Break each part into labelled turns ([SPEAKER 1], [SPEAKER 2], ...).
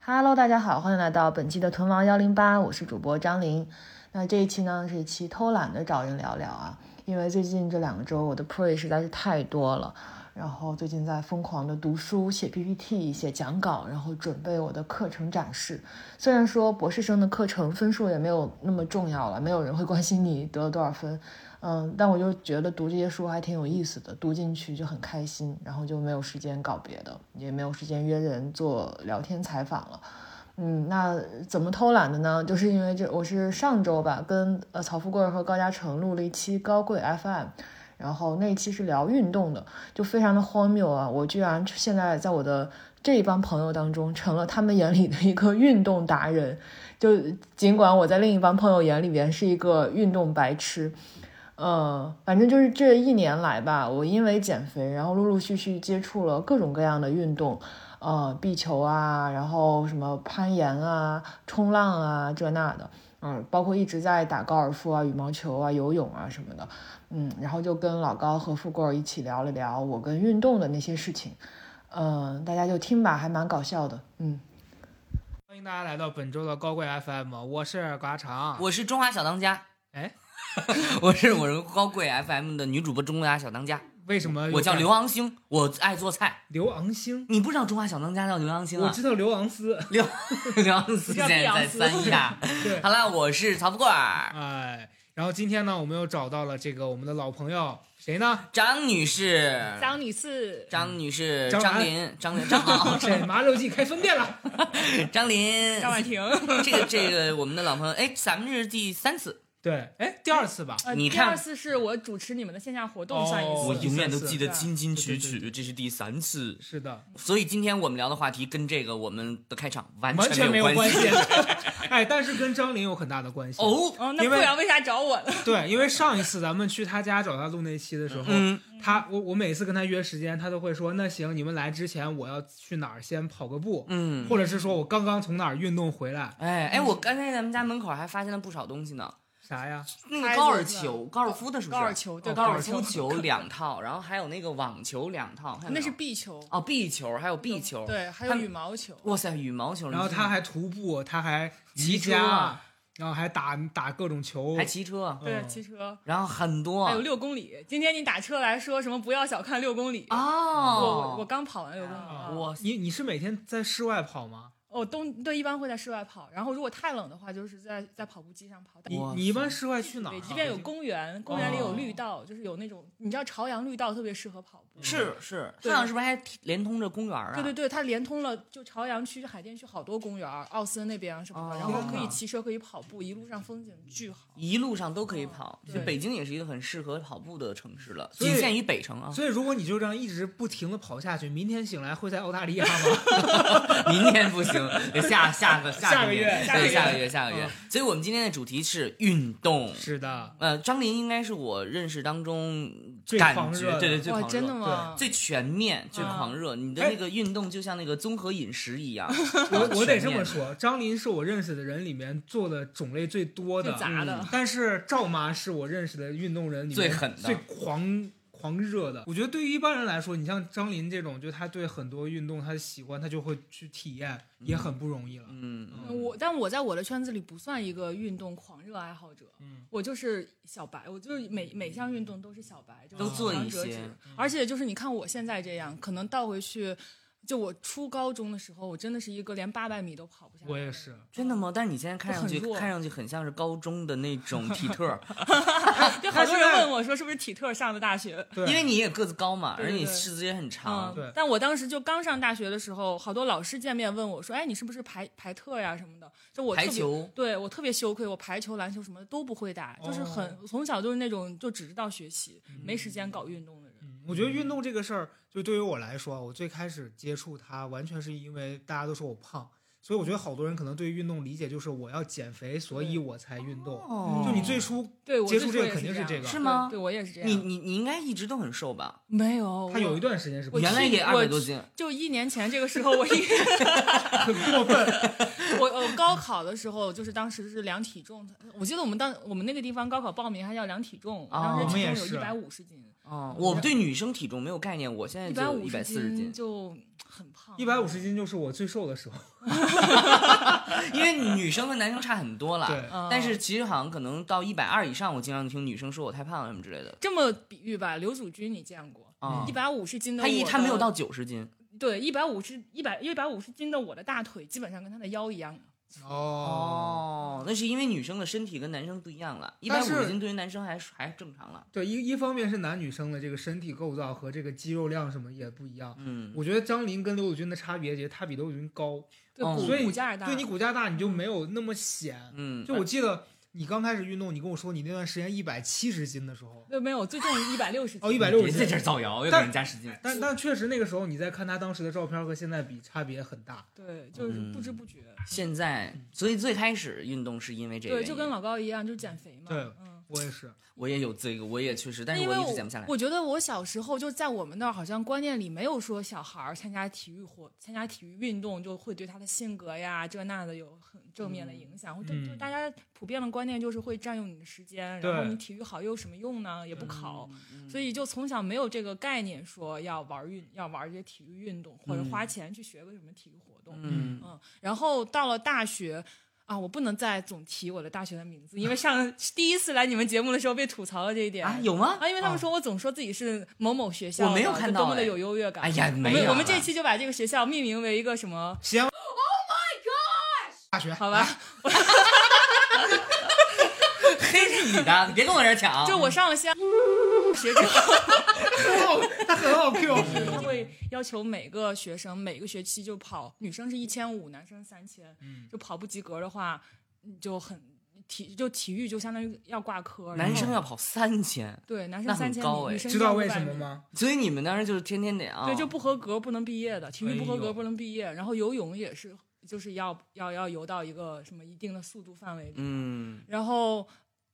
[SPEAKER 1] Hello，大家好，欢迎来到本期的屯王幺零八，我是主播张琳。那这一期呢是一期偷懒的找人聊聊啊，因为最近这两周我的 pre 实在是太多了，然后最近在疯狂的读书、写 PPT、写讲稿，然后准备我的课程展示。虽然说博士生的课程分数也没有那么重要了，没有人会关心你得了多少分，嗯，但我就觉得读这些书还挺有意思的，读进去就很开心，然后就没有时间搞别的，也没有时间约人做聊天采访了。嗯，那怎么偷懒的呢？就是因为这，我是上周吧，跟呃曹富贵和高嘉诚录了一期高贵 FM，然后那一期是聊运动的，就非常的荒谬啊！我居然现在在我的这一帮朋友当中，成了他们眼里的一个运动达人，就尽管我在另一帮朋友眼里边是一个运动白痴。嗯，反正就是这一年来吧，我因为减肥，然后陆陆续续接触了各种各样的运动，呃，壁球啊，然后什么攀岩啊、冲浪啊，这那的，嗯，包括一直在打高尔夫啊、羽毛球啊、游泳啊什么的，嗯，然后就跟老高和富贵一起聊了聊我跟运动的那些事情，嗯，大家就听吧，还蛮搞笑的，嗯。
[SPEAKER 2] 欢迎大家来到本周的高贵 FM，我是嘎长，
[SPEAKER 3] 我是中华小当家，
[SPEAKER 2] 啊哎，
[SPEAKER 3] 我是我是高贵 FM 的女主播中华小当家，
[SPEAKER 2] 为什么
[SPEAKER 3] 我叫刘昂星，我爱做菜。
[SPEAKER 2] 刘昂星？
[SPEAKER 3] 你不知道中华小当家叫刘昂星
[SPEAKER 2] 我
[SPEAKER 3] 啊？
[SPEAKER 2] 知道刘昂斯，
[SPEAKER 3] 刘刘昂斯
[SPEAKER 4] 叫
[SPEAKER 3] 现在
[SPEAKER 4] 碧昂
[SPEAKER 3] 在
[SPEAKER 4] 斯
[SPEAKER 3] 三亚。
[SPEAKER 2] 对
[SPEAKER 3] 好啦，我是曹富贵儿，
[SPEAKER 2] 哎，然后今天呢，我们又找到了这个我们的老朋友，谁 呢？
[SPEAKER 3] 张女士，
[SPEAKER 4] 张女士，
[SPEAKER 3] 张女士，
[SPEAKER 2] 张
[SPEAKER 3] 张
[SPEAKER 2] 兰，
[SPEAKER 3] 琳，张琳，张 好
[SPEAKER 2] 沈麻肉季开分店了，
[SPEAKER 3] 张琳。
[SPEAKER 4] 张婉婷，
[SPEAKER 3] 这个这个，我们的老朋友，哎，咱们这是第三次，
[SPEAKER 2] 对，哎，第二次吧，
[SPEAKER 4] 呃，
[SPEAKER 3] 你
[SPEAKER 4] 第
[SPEAKER 3] 看
[SPEAKER 4] 二次是我主持你们的线下活动
[SPEAKER 2] 哦
[SPEAKER 4] 算一次，
[SPEAKER 2] 我永远都记
[SPEAKER 4] 得清
[SPEAKER 3] 清
[SPEAKER 2] 楚楚
[SPEAKER 3] 这是第三次。
[SPEAKER 2] 是的，
[SPEAKER 3] 所以今天我们聊的话题跟这个我们的开场完
[SPEAKER 2] 完全
[SPEAKER 3] 没
[SPEAKER 2] 没有
[SPEAKER 3] 关
[SPEAKER 2] 关系， 哎，但是跟张琳有很大的关系。
[SPEAKER 3] 哦。
[SPEAKER 4] 哦，那
[SPEAKER 2] 因
[SPEAKER 4] 不
[SPEAKER 2] 为
[SPEAKER 4] 然为啥找我了？
[SPEAKER 2] 对，因为上一次咱们去他家找他录那期的时候，
[SPEAKER 3] 嗯
[SPEAKER 2] 他我我每次跟他约时间，他都会说那行，你们来之前我要去哪儿先跑个步，
[SPEAKER 3] 嗯，
[SPEAKER 2] 或者是说我刚刚从哪儿运动回来，
[SPEAKER 3] 哎
[SPEAKER 4] 嗯
[SPEAKER 3] 哎，我刚才咱们家门口还发现了不少东西呢，
[SPEAKER 2] 啥呀？
[SPEAKER 3] 那个高尔球、高尔夫的是不是？哦
[SPEAKER 4] 高尔球对
[SPEAKER 3] 高
[SPEAKER 2] 高
[SPEAKER 3] 尔
[SPEAKER 2] 尔
[SPEAKER 3] 夫
[SPEAKER 2] 夫
[SPEAKER 3] 球两套，然后还有那个网球两套，还有
[SPEAKER 4] 那
[SPEAKER 3] 没有
[SPEAKER 4] 是壁球，
[SPEAKER 3] 哦壁球，还有壁球，，
[SPEAKER 4] 对，还有羽毛球，
[SPEAKER 3] 哇塞，羽毛球，
[SPEAKER 2] 然后
[SPEAKER 3] 你
[SPEAKER 2] 他还徒步，他还瑜
[SPEAKER 3] 骑车
[SPEAKER 2] 伽
[SPEAKER 3] 啊，
[SPEAKER 2] 然后还打打各种球
[SPEAKER 3] 还，骑车，
[SPEAKER 2] 嗯
[SPEAKER 4] 对，骑车，
[SPEAKER 3] 然后很多
[SPEAKER 4] 还有六公里。今天你打车来说什么？不要小看六公
[SPEAKER 2] 哦
[SPEAKER 4] 里，我我我
[SPEAKER 3] 哦，
[SPEAKER 4] 刚跑完六公里。
[SPEAKER 2] 啊
[SPEAKER 3] 哇塞，
[SPEAKER 2] 你你是每天在室外跑吗？
[SPEAKER 4] 哦，冬对，一般会在室外跑，然后如果太冷的话，就是在在跑步机上跑。
[SPEAKER 2] 你
[SPEAKER 3] 哇
[SPEAKER 2] 你一般室外去哪儿
[SPEAKER 4] 对，
[SPEAKER 2] 啊？
[SPEAKER 4] 即便有公园，公园里有绿道，就是有那种你知道朝阳绿道特别适合跑
[SPEAKER 2] 啊
[SPEAKER 4] 步。
[SPEAKER 3] 是是，
[SPEAKER 4] 嗯对
[SPEAKER 3] 太阳是不是还连通着公园啊？
[SPEAKER 4] 对对对，它连通了就朝阳区、海淀区好多公园儿，奥森那边啊什么的，
[SPEAKER 3] 哦
[SPEAKER 4] 然后可
[SPEAKER 3] 天
[SPEAKER 4] 以
[SPEAKER 3] 哪
[SPEAKER 4] 骑车，可以跑步，一路上风景巨好。
[SPEAKER 3] 一路上都可以跑，
[SPEAKER 4] 嗯
[SPEAKER 3] 就
[SPEAKER 4] 对
[SPEAKER 3] 北京也是一个很适合跑步的城市了，
[SPEAKER 2] 所以
[SPEAKER 3] 仅限于北城啊。
[SPEAKER 2] 所以如果你就这样一直不停的跑下去，明天醒来会在澳大利亚吗？
[SPEAKER 3] 明天不行，得下下个
[SPEAKER 2] 下个月
[SPEAKER 3] 月，
[SPEAKER 2] 下个
[SPEAKER 3] 对
[SPEAKER 2] 月嗯
[SPEAKER 3] 下个月，下个月。所以我们今天的主题是运动。
[SPEAKER 2] 是的，
[SPEAKER 3] 呃，张琳应该是我认识当中
[SPEAKER 2] 最
[SPEAKER 3] 感
[SPEAKER 2] 狂热
[SPEAKER 3] 觉
[SPEAKER 2] 的
[SPEAKER 3] 对对最
[SPEAKER 4] 哇，
[SPEAKER 3] 狂热，
[SPEAKER 4] 真的吗？
[SPEAKER 3] 最全面、最
[SPEAKER 4] 啊
[SPEAKER 3] 狂热。你的
[SPEAKER 2] 哎
[SPEAKER 3] 那个运动就像那个综合饮食一样，
[SPEAKER 2] 我我得这么
[SPEAKER 3] 全面
[SPEAKER 2] 说，张琳是我认识的人里面做的种类最多
[SPEAKER 4] 最
[SPEAKER 2] 的，
[SPEAKER 4] 杂的
[SPEAKER 3] 嗯，
[SPEAKER 2] 但是赵妈是我认识的运动人里面
[SPEAKER 3] 最狠的
[SPEAKER 2] 最狂狂热的。我觉得对于一般人来说，你像张琳这种，就她对很多运动她喜欢，她就会去体验，也很不容易了。
[SPEAKER 3] 嗯，
[SPEAKER 2] 嗯
[SPEAKER 3] 嗯
[SPEAKER 4] 我，但我在我的圈子里不算一个运动狂热爱好者，
[SPEAKER 2] 嗯，
[SPEAKER 4] 我就是小白，我就是每每项运动都是小白，就是
[SPEAKER 3] 都做
[SPEAKER 4] 旁
[SPEAKER 3] 一
[SPEAKER 4] 折
[SPEAKER 3] 些
[SPEAKER 4] 指
[SPEAKER 3] 嗯
[SPEAKER 4] 而且就是你看我现在这样，可能倒回去，就我初高中的时候，我真的是一个连八百米都跑不下来。
[SPEAKER 2] 我也是。
[SPEAKER 3] 真的吗？但是你现在看上去
[SPEAKER 4] 我很弱
[SPEAKER 3] 看上去很像是高中的那种体特儿，
[SPEAKER 4] 就好多人问我说是不是体特上的大学？
[SPEAKER 2] 对，
[SPEAKER 3] 因为你也个子高嘛，
[SPEAKER 4] 对
[SPEAKER 3] 而
[SPEAKER 4] 对
[SPEAKER 3] 且你
[SPEAKER 4] 对
[SPEAKER 3] 四肢也很长
[SPEAKER 4] 嗯，，
[SPEAKER 2] 对
[SPEAKER 4] 但我当时就刚上大学的时候，好多老师见面问我说：“哎，你是不是排排特呀什么的？”就我特
[SPEAKER 3] 排
[SPEAKER 4] 别。
[SPEAKER 3] 球。
[SPEAKER 4] 对我特别羞愧，我排球、篮球什么的都不会打，就是很、
[SPEAKER 2] 哦
[SPEAKER 4] 从小就是那种就只知道学习，没时间搞运动的人。
[SPEAKER 2] 嗯我觉得运动这个事儿，就对于我来说，啊，我最开始接触它，完全是因为大家都说我胖，所以我觉得好多人可能对于运动理解就是我要减肥，所以我才运动。
[SPEAKER 3] 哦
[SPEAKER 2] 就你最初
[SPEAKER 4] 对我
[SPEAKER 2] 接触
[SPEAKER 4] 最
[SPEAKER 2] 这个
[SPEAKER 4] 初
[SPEAKER 2] 肯定
[SPEAKER 4] 也
[SPEAKER 2] 是
[SPEAKER 4] 这
[SPEAKER 2] 这
[SPEAKER 4] 样
[SPEAKER 2] 个
[SPEAKER 3] 是吗
[SPEAKER 4] 对对我也是这样。
[SPEAKER 3] 你你你应该一直都很瘦吧？
[SPEAKER 4] 没
[SPEAKER 3] 哦
[SPEAKER 4] 有？
[SPEAKER 2] 他有
[SPEAKER 4] 我
[SPEAKER 2] 一段时间是不
[SPEAKER 4] 我
[SPEAKER 3] 原来也
[SPEAKER 4] 去
[SPEAKER 3] 二
[SPEAKER 4] 我
[SPEAKER 3] 百多斤，
[SPEAKER 4] 就一年前这个时候，我一
[SPEAKER 2] 很过分，
[SPEAKER 4] 我我高考的时候，就是当时是量体重，我记得我们当我们那个地方高考报名还要量体重，
[SPEAKER 3] 哦
[SPEAKER 4] 当时体
[SPEAKER 2] 我们也
[SPEAKER 4] 重有
[SPEAKER 2] 是
[SPEAKER 4] 一百五十斤，
[SPEAKER 3] 哦，我对女生体重没有概念，我现在
[SPEAKER 4] 一百
[SPEAKER 3] 就
[SPEAKER 4] 五
[SPEAKER 3] 一百
[SPEAKER 4] 十
[SPEAKER 3] 四十斤，
[SPEAKER 4] 就很胖，
[SPEAKER 2] 一百五十斤就是我最瘦的时候。
[SPEAKER 3] 因为女生和男生差很多了。
[SPEAKER 2] 对，
[SPEAKER 4] 嗯。
[SPEAKER 3] 但是其实好像可能到一百二以上，我经常听女生说我太胖了什么之类的
[SPEAKER 4] 这么比喻吧，刘祖君你见过？
[SPEAKER 3] 啊
[SPEAKER 4] 一。百五十斤的
[SPEAKER 3] 他一
[SPEAKER 4] 我
[SPEAKER 3] 他
[SPEAKER 4] 的
[SPEAKER 3] 没有到九十斤，
[SPEAKER 4] 对一百五十一百一百五十斤的我的大腿基本上跟他的腰一样，
[SPEAKER 2] 哦，
[SPEAKER 3] 哦，那是因为女生的身体跟男生不一样了，一百
[SPEAKER 2] 但
[SPEAKER 3] 五
[SPEAKER 2] 是
[SPEAKER 3] 十斤对于男生还还正常了。
[SPEAKER 2] 对，一一方面是男女生的这个身体构造和这个肌肉量什么也不一样。
[SPEAKER 3] 嗯，
[SPEAKER 2] 我觉得张琳跟刘宇君的差别，其实她比刘宇君高，
[SPEAKER 4] 对
[SPEAKER 3] 哦
[SPEAKER 4] 骨
[SPEAKER 2] 所以
[SPEAKER 4] 骨架也大。
[SPEAKER 2] 对你骨架大，你就没有那么显。
[SPEAKER 3] 嗯，
[SPEAKER 2] 就我记得你刚开始运动，你跟我说你那段时间一百七十斤的时候，
[SPEAKER 4] 对没有最重一百六十
[SPEAKER 2] 哦160
[SPEAKER 3] 别在这儿造谣，又给
[SPEAKER 2] 但
[SPEAKER 3] 人加十斤。
[SPEAKER 2] 但但确实那个时候你在看她当时的照片和现在比，差别很大。
[SPEAKER 4] 对，就是不知不觉。
[SPEAKER 3] 现在，所以最开始运动是因为这个
[SPEAKER 4] 对，
[SPEAKER 3] 原因，
[SPEAKER 4] 就跟老高一样，就是减肥嘛。
[SPEAKER 2] 对
[SPEAKER 4] 嗯。
[SPEAKER 2] 我也是，
[SPEAKER 3] 我也有这个，我也确实，但是
[SPEAKER 4] 因为
[SPEAKER 3] 我一
[SPEAKER 4] 我
[SPEAKER 3] 直减不下来。
[SPEAKER 4] 我觉得我小时候就在我们那儿，好像观念里没有说小孩儿参加体育活、参加体育运动就会对他的性格呀这那的有很正面的影响。就就
[SPEAKER 2] 嗯
[SPEAKER 4] 大家普遍的观念就是会占用你的时间，
[SPEAKER 2] 对
[SPEAKER 4] 然后你体育好又有什么用呢？也不考，
[SPEAKER 3] 嗯
[SPEAKER 4] 所以就从小没有这个概念，说要玩运、要玩这些体育运动，或者
[SPEAKER 3] 嗯
[SPEAKER 4] 花钱去学个什么体育活动。
[SPEAKER 3] 嗯，
[SPEAKER 4] 嗯，然后到了大学啊，我不能再总提我的大学的名字，因为上 第一次来你们节目的时候被吐槽了这一点
[SPEAKER 3] 啊，有吗？
[SPEAKER 4] 啊因为他
[SPEAKER 2] 啊
[SPEAKER 4] 们说我总说自己是某某学校的，
[SPEAKER 3] 我没有看到
[SPEAKER 4] 多么的
[SPEAKER 3] 哎
[SPEAKER 4] 有优越感。
[SPEAKER 3] 哎呀，
[SPEAKER 4] 我
[SPEAKER 3] 没有
[SPEAKER 4] 们
[SPEAKER 3] 了。
[SPEAKER 4] 我们这期就把这个学校命名为一个什么？
[SPEAKER 2] 西安。Oh my gosh！大学
[SPEAKER 4] 好
[SPEAKER 3] 啊
[SPEAKER 4] 吧，
[SPEAKER 3] 黑是你的，你别跟我这儿抢。
[SPEAKER 4] 就我上了西安学之后，
[SPEAKER 2] 很好，他很好 Q。
[SPEAKER 4] 他 会要求每个学生每个学期就跑，女生是一千五，男生三千，
[SPEAKER 2] 嗯
[SPEAKER 4] 就跑不及格的话，你就很体就体育就相当于要挂科。然
[SPEAKER 3] 男
[SPEAKER 4] 后
[SPEAKER 3] 生要跑三千，
[SPEAKER 4] 对男
[SPEAKER 3] 那
[SPEAKER 4] 生
[SPEAKER 3] 很
[SPEAKER 4] 三千
[SPEAKER 3] 高
[SPEAKER 4] 米，
[SPEAKER 3] 哎
[SPEAKER 4] 女生
[SPEAKER 2] 知道为
[SPEAKER 4] 1500
[SPEAKER 2] 什么
[SPEAKER 4] 米
[SPEAKER 2] 吗？
[SPEAKER 3] 所以你们当时就是天天得啊，
[SPEAKER 4] 对，就不合格不能毕业的，体育不合
[SPEAKER 2] 哎
[SPEAKER 4] 格
[SPEAKER 2] 呦
[SPEAKER 4] 不能毕业，然后游泳也是，就是要要要游到一个什么一定的速度范围里，
[SPEAKER 3] 嗯
[SPEAKER 4] 然后。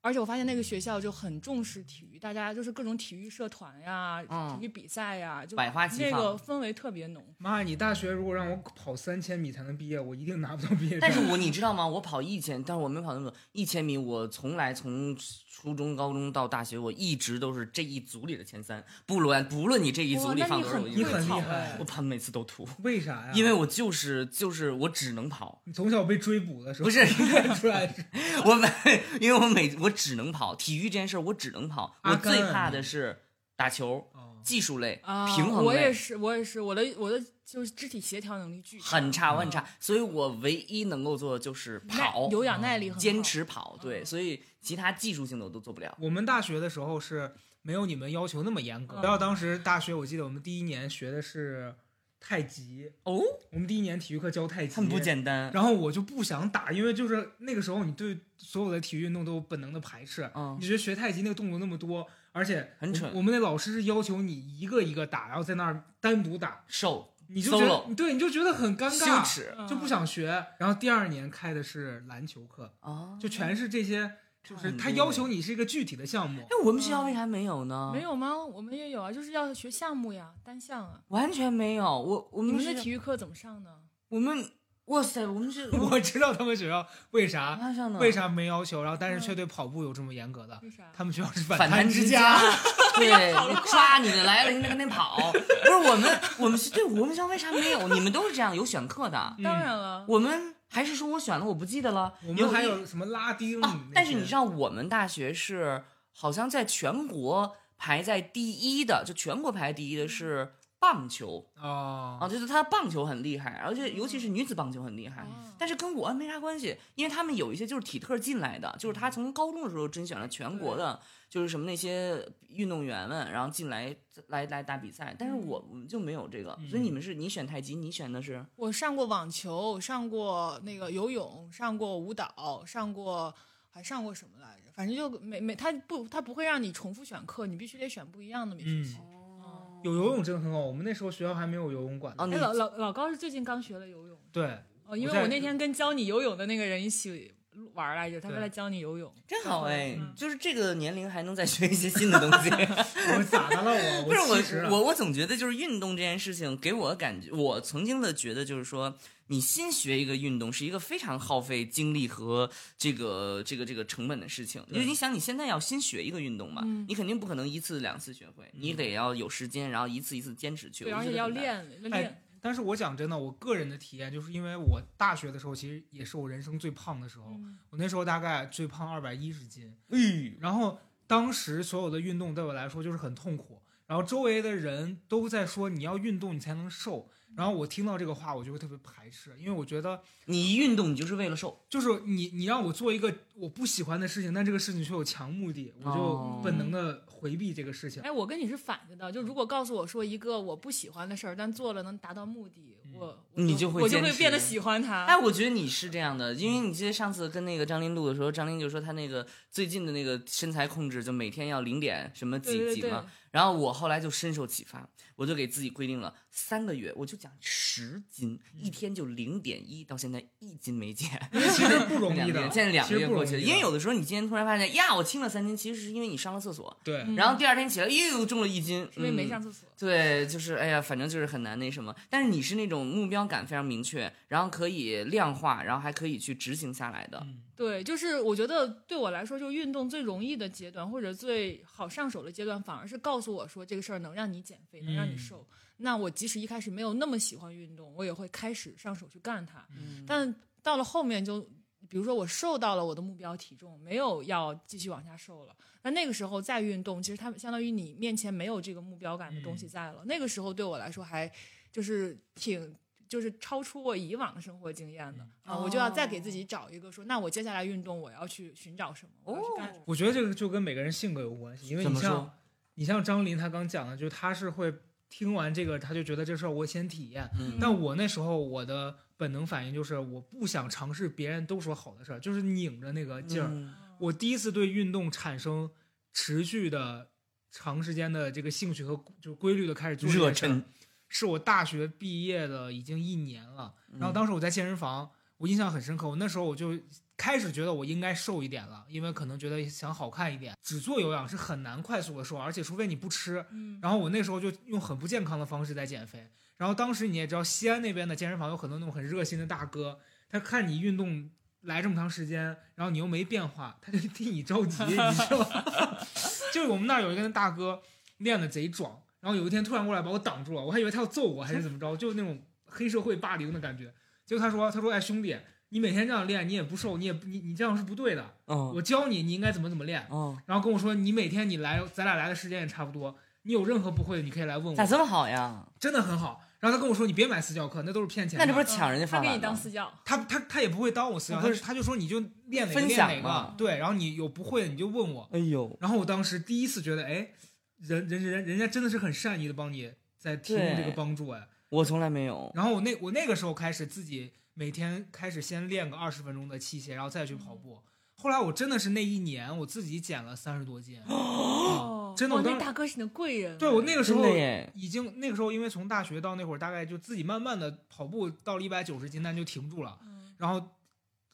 [SPEAKER 4] 而且我发现那个学校就很重视体育，大家就是各种体育社团呀、
[SPEAKER 3] 嗯
[SPEAKER 4] 体育比赛呀，就
[SPEAKER 3] 百花齐
[SPEAKER 4] 那
[SPEAKER 3] 放
[SPEAKER 4] 个氛围特别浓。
[SPEAKER 2] 妈，你大学如果让我跑三千米才能毕业，我一定拿不到毕业证。
[SPEAKER 3] 但是我你知道吗？我跑一千，但是我没跑那么多。一千米，我从来从初中、高中到大学，我一直都是这一组里的前三，不论不论你这一组
[SPEAKER 4] 哇，
[SPEAKER 3] 里
[SPEAKER 4] 那
[SPEAKER 3] 放
[SPEAKER 4] 你
[SPEAKER 3] 多少，
[SPEAKER 4] 很
[SPEAKER 3] 我一
[SPEAKER 2] 你
[SPEAKER 3] 定
[SPEAKER 2] 很厉
[SPEAKER 4] 会跑
[SPEAKER 2] 害啊
[SPEAKER 4] 哎
[SPEAKER 3] 我跑每次都吐，
[SPEAKER 2] 为啥呀？
[SPEAKER 3] 因为我就是就是我只能跑，
[SPEAKER 2] 你从小被追捕的时候
[SPEAKER 3] 不是
[SPEAKER 2] 看出来 是
[SPEAKER 3] 我每因为我每我只能跑，体育这件事儿我只能跑，
[SPEAKER 2] 阿
[SPEAKER 3] 我
[SPEAKER 2] 甘
[SPEAKER 3] 最怕的是打球，
[SPEAKER 2] 哦
[SPEAKER 3] 技术类、
[SPEAKER 4] 啊，
[SPEAKER 3] 平衡类，
[SPEAKER 4] 我也是，我也是，我的我的就是肢体协调能力巨强，嗯
[SPEAKER 3] 很差，我很差。所以我唯一能够做的就是
[SPEAKER 4] 耐
[SPEAKER 3] 跑，嗯
[SPEAKER 4] 有氧耐力很好，
[SPEAKER 3] 坚持跑。对，
[SPEAKER 4] 嗯
[SPEAKER 3] 所以其他技术性的我都做不了。
[SPEAKER 2] 我们大学的时候是没有你们要求那么严格。
[SPEAKER 4] 嗯
[SPEAKER 2] 然后当时大学，我记得我们第一年学的是太极，
[SPEAKER 3] 哦，
[SPEAKER 2] 我们第一年体育课教太极，
[SPEAKER 3] 很不简单。
[SPEAKER 2] 然后我就不想打，因为就是那个时候你对所有的体育运动都有本能的排斥。
[SPEAKER 3] 嗯
[SPEAKER 2] 你觉得学太极那个动作那么多，而且
[SPEAKER 3] 很
[SPEAKER 2] 我
[SPEAKER 3] 蠢
[SPEAKER 2] 我们那老师是要求你一个一个打，然后在那儿单独打，
[SPEAKER 3] 瘦、
[SPEAKER 2] 你就觉
[SPEAKER 3] Solo
[SPEAKER 2] 得对，你就觉得很尴
[SPEAKER 3] 羞
[SPEAKER 2] 尬，
[SPEAKER 3] 耻
[SPEAKER 2] 就不想学。然后第二年开的是篮球课，
[SPEAKER 3] 啊！
[SPEAKER 2] 就全是这些，就是
[SPEAKER 3] 看
[SPEAKER 2] 他
[SPEAKER 3] 这
[SPEAKER 2] 要
[SPEAKER 3] 个
[SPEAKER 2] 求你是一个具体的项目。
[SPEAKER 3] 哎，我们学校为啥没有呢？
[SPEAKER 4] 没，有吗？我们也有啊，就是要学项目呀，单项啊。
[SPEAKER 3] 完全没有。我我
[SPEAKER 4] 你
[SPEAKER 3] 们
[SPEAKER 4] 们
[SPEAKER 3] 是
[SPEAKER 4] 的体育课怎么上呢？
[SPEAKER 3] 我们哇塞，我们 是
[SPEAKER 2] 我知道他们学校为啥
[SPEAKER 3] 啥上的？
[SPEAKER 2] 为啥没要求，然后但是却
[SPEAKER 4] 嗯
[SPEAKER 2] 对跑步有这么严格的，
[SPEAKER 4] 为啥？
[SPEAKER 2] 他们学校是
[SPEAKER 3] 反
[SPEAKER 2] 嗯弹
[SPEAKER 3] 弹
[SPEAKER 2] 之
[SPEAKER 3] 之
[SPEAKER 2] 家
[SPEAKER 3] 家。，对，你抓你的来了，你得赶紧跑。不是我们，我们是对我们学校为啥没有？你们都是这样有选课的，
[SPEAKER 4] 当然了，
[SPEAKER 3] 我们还是说我选了，我不记得了。
[SPEAKER 2] 我们还
[SPEAKER 3] 一
[SPEAKER 2] 有什哦么拉丁那些？
[SPEAKER 3] 啊，但是你知道，我们大学是好像在全国排在第一的，就全国排第一的是棒球啊，
[SPEAKER 2] 哦，
[SPEAKER 3] 就是他棒球很厉害，而且尤其是女子棒球很厉害。
[SPEAKER 4] 哦
[SPEAKER 3] 但是跟我没啥关系，因为他们有一些就是体特进来的，就是他从高中的时候甄选了全国的，就是什么那些运动员们，然后进来来来打比赛。但是我我们就没有这个，所以你们是你选太极，你选的是
[SPEAKER 4] 我上过网球，上过那个游泳，上过舞蹈，上过还上过什么来着？反正就每每他不他不会让你重复选课，你必须得选不一样的每学期。
[SPEAKER 3] 嗯
[SPEAKER 2] 有游泳真的很好，我们那时候学校还没有游泳馆。
[SPEAKER 3] 哦，
[SPEAKER 4] 哎、
[SPEAKER 3] 你
[SPEAKER 4] 老老老高是最近刚学了游泳
[SPEAKER 2] 对，
[SPEAKER 4] 哦，
[SPEAKER 2] 我
[SPEAKER 4] 因为
[SPEAKER 2] 在
[SPEAKER 4] 我那天跟教你游泳的那个人一起玩来着，他
[SPEAKER 2] 对
[SPEAKER 4] 为了教你游泳，
[SPEAKER 3] 真好哎
[SPEAKER 4] 嗯，
[SPEAKER 3] 就是这个年龄还能再学一些新的东 西。
[SPEAKER 2] 我咋的了 我？
[SPEAKER 3] 不是
[SPEAKER 2] 我七十
[SPEAKER 4] 啊
[SPEAKER 3] 我，
[SPEAKER 2] 了。
[SPEAKER 3] 我我总觉得就是运动这件事情给我的感觉，我曾经的觉得就是说，你新学一个运动是一个非常耗费精力和这个这个这个成本的事情。因为你想，你现在要新学一个运动嘛，
[SPEAKER 4] 嗯
[SPEAKER 3] 你肯定不可能一次两次学会，你得要有时间，然后一次一次坚持去。
[SPEAKER 4] 对，
[SPEAKER 3] 我
[SPEAKER 4] 而
[SPEAKER 3] 就觉得
[SPEAKER 4] 且要
[SPEAKER 3] 很难。
[SPEAKER 4] 练要
[SPEAKER 2] 哎
[SPEAKER 4] 练。
[SPEAKER 2] 但是我讲真的，我个人的体验就是因为我大学的时候，其实也是我人生最胖的时
[SPEAKER 3] 哦
[SPEAKER 2] 候，
[SPEAKER 4] 嗯
[SPEAKER 2] 我那时候大概最胖二百一十斤，
[SPEAKER 3] 哎，
[SPEAKER 2] 然后当时所有的运动对我来说就是很痛苦，然后周围的人都在说你要运动你才能瘦，然后我听到这个话我就会特别排斥，因为我觉得
[SPEAKER 3] 你一运动你就是为了瘦，
[SPEAKER 2] 就是你你让我做一个我不喜欢的事情，但这个事情却有强目的，我
[SPEAKER 3] 哦
[SPEAKER 2] 就本能的回避这个事 情。
[SPEAKER 4] 哎，我跟你是反着的，就如果告诉我说一个我不喜欢的事儿，但做了能达到目的，我我
[SPEAKER 3] 嗯你
[SPEAKER 4] 就
[SPEAKER 3] 就会
[SPEAKER 4] 我就
[SPEAKER 3] 坚
[SPEAKER 4] 会变得
[SPEAKER 3] 持
[SPEAKER 4] 喜欢它。
[SPEAKER 3] 哎，我觉得你是这样的，因为你记得上次跟那个张琳录的时候，张琳就说她那个最近的那个身材控制，就每天要零点什么
[SPEAKER 4] 对
[SPEAKER 3] 几
[SPEAKER 4] 对
[SPEAKER 3] 几
[SPEAKER 4] 对，
[SPEAKER 3] 嘛。然后我后来就深受启发，我就给自己规定了三个月，我就讲十斤，一
[SPEAKER 2] 嗯
[SPEAKER 3] 天就零点一，到现在一斤没减。
[SPEAKER 2] 其实不容
[SPEAKER 3] 两
[SPEAKER 2] 易
[SPEAKER 3] 个
[SPEAKER 2] 的
[SPEAKER 3] 月，，现在两
[SPEAKER 2] 其
[SPEAKER 3] 个
[SPEAKER 2] 实
[SPEAKER 3] 月
[SPEAKER 2] 不容
[SPEAKER 3] 过
[SPEAKER 2] 易的，
[SPEAKER 3] 去了，因为有的时候你今天突然发现呀，我轻了三斤，其实是因为你上了厕所，
[SPEAKER 2] 对，
[SPEAKER 4] 嗯
[SPEAKER 3] 然后第二天起来又重了一斤，
[SPEAKER 4] 因为没
[SPEAKER 3] 嗯
[SPEAKER 4] 上厕所。
[SPEAKER 3] 对，就是哎呀，反正就是很难那什么。但是你是那种目标感非常明确，然后可以量化，然后还可以去执行下来的。
[SPEAKER 2] 嗯
[SPEAKER 4] 对，就是我觉得对我来说，就是运动最容易的阶段，或者最好上手的阶段，反而是告诉我说这个事儿能让你减肥，能让你
[SPEAKER 2] 嗯
[SPEAKER 4] 瘦。那我即使一开始没有那么喜欢运动，我也会开始上手去干它。
[SPEAKER 2] 嗯
[SPEAKER 4] 但到了后面就，比如说我瘦到了我的目标体重，没有要继续往下瘦了，那那个时候再运动，其实它相当于你面前没有这个目标感的东西
[SPEAKER 2] 嗯
[SPEAKER 4] 在了。那个时候对我来说还就是挺。就是超出我以往的生活经验的、
[SPEAKER 2] 嗯
[SPEAKER 4] 啊，我就要再给自己找一个说，那我接下来运动我要去寻找什么？我要去干什么
[SPEAKER 2] 我觉得这个就跟每个人性格有关系，因为
[SPEAKER 3] 怎
[SPEAKER 2] 你
[SPEAKER 3] 么
[SPEAKER 2] 像
[SPEAKER 3] 说？
[SPEAKER 2] 你像张琳她刚讲的，就是她是会听完这个，她就觉得这事儿我先体验。
[SPEAKER 3] 嗯
[SPEAKER 2] 但我那时候我的本能反应就是我不想尝试别人都说好的事儿，就是拧着那个劲儿。
[SPEAKER 3] 嗯
[SPEAKER 2] 我第一次对运动产生持续的、长时间的这个兴趣和就规律的开始做这
[SPEAKER 3] 热
[SPEAKER 2] 件事儿
[SPEAKER 3] 忱，
[SPEAKER 2] 是我大学毕业的已经一年了。然后
[SPEAKER 3] 嗯
[SPEAKER 2] 当时我在健身房，我印象很深刻。我那时候我就开始觉得我应该瘦一点了，因为可能觉得想好看一点。只做有氧是很难快速的瘦，而且除非你不吃。
[SPEAKER 4] 嗯，
[SPEAKER 2] 然后我那时候就用很不健康的方式在减肥。然后当时你也知道，西安那边的健身房有很多那种很热心的大哥，他看你运动来这么长时间，然后你又没变化，他就替你着急，你知道吗？ 就是我们那儿有一个大哥练的贼壮，然后有一天突然过来把我挡住了，我还以为他要揍我还是怎么着，就是那种黑社会霸凌的感觉。结果他说：“他说哎兄弟，你每天这样练，你也不瘦，你也不你你这样是不对的。
[SPEAKER 3] 嗯
[SPEAKER 2] 我教你，你应该怎么怎么练。”
[SPEAKER 3] 嗯，
[SPEAKER 2] 然后跟我说你每天你来，咱俩来的时间也差不多，你有任何不会的你可以来问
[SPEAKER 3] 咋
[SPEAKER 2] 我，
[SPEAKER 3] 这么好呀？
[SPEAKER 2] 真的很好。然后他跟我说你别买私教课，那都是骗钱的。
[SPEAKER 3] 那这不是抢人家
[SPEAKER 4] 他
[SPEAKER 3] 饭碗吗？
[SPEAKER 4] 给你当私教，
[SPEAKER 2] 他他他也不会当我私教，
[SPEAKER 3] 不
[SPEAKER 2] 他
[SPEAKER 3] 是
[SPEAKER 2] 就他就说你就练哪个
[SPEAKER 3] 分
[SPEAKER 2] 练
[SPEAKER 3] 享
[SPEAKER 2] 哪个
[SPEAKER 3] 嘛，
[SPEAKER 2] 对，然后你有不会的你就问我。
[SPEAKER 3] 哎呦，
[SPEAKER 2] 然后我当时第一次觉得，哎，人人人人家真的是很善意的帮你在提供这个
[SPEAKER 3] 对
[SPEAKER 2] 帮助哎。
[SPEAKER 3] 我从来没有。
[SPEAKER 2] 然后我那我那个时候开始自己每天开始先练个二十分钟的器械，然后再去
[SPEAKER 4] 嗯
[SPEAKER 2] 跑步。后来我真的是那一年我自己减了三十多斤，
[SPEAKER 3] 哦
[SPEAKER 2] 啊真的
[SPEAKER 4] 哦哇
[SPEAKER 2] 我当
[SPEAKER 4] 那
[SPEAKER 2] 时
[SPEAKER 4] 大哥是你的贵人。
[SPEAKER 2] 对我那个时
[SPEAKER 3] 真
[SPEAKER 2] 候
[SPEAKER 3] 的耶，
[SPEAKER 2] 已经那个时候因为从大学到那会儿大概就自己慢慢的跑步到了一百九十斤，但就停住了。
[SPEAKER 4] 嗯
[SPEAKER 2] 然后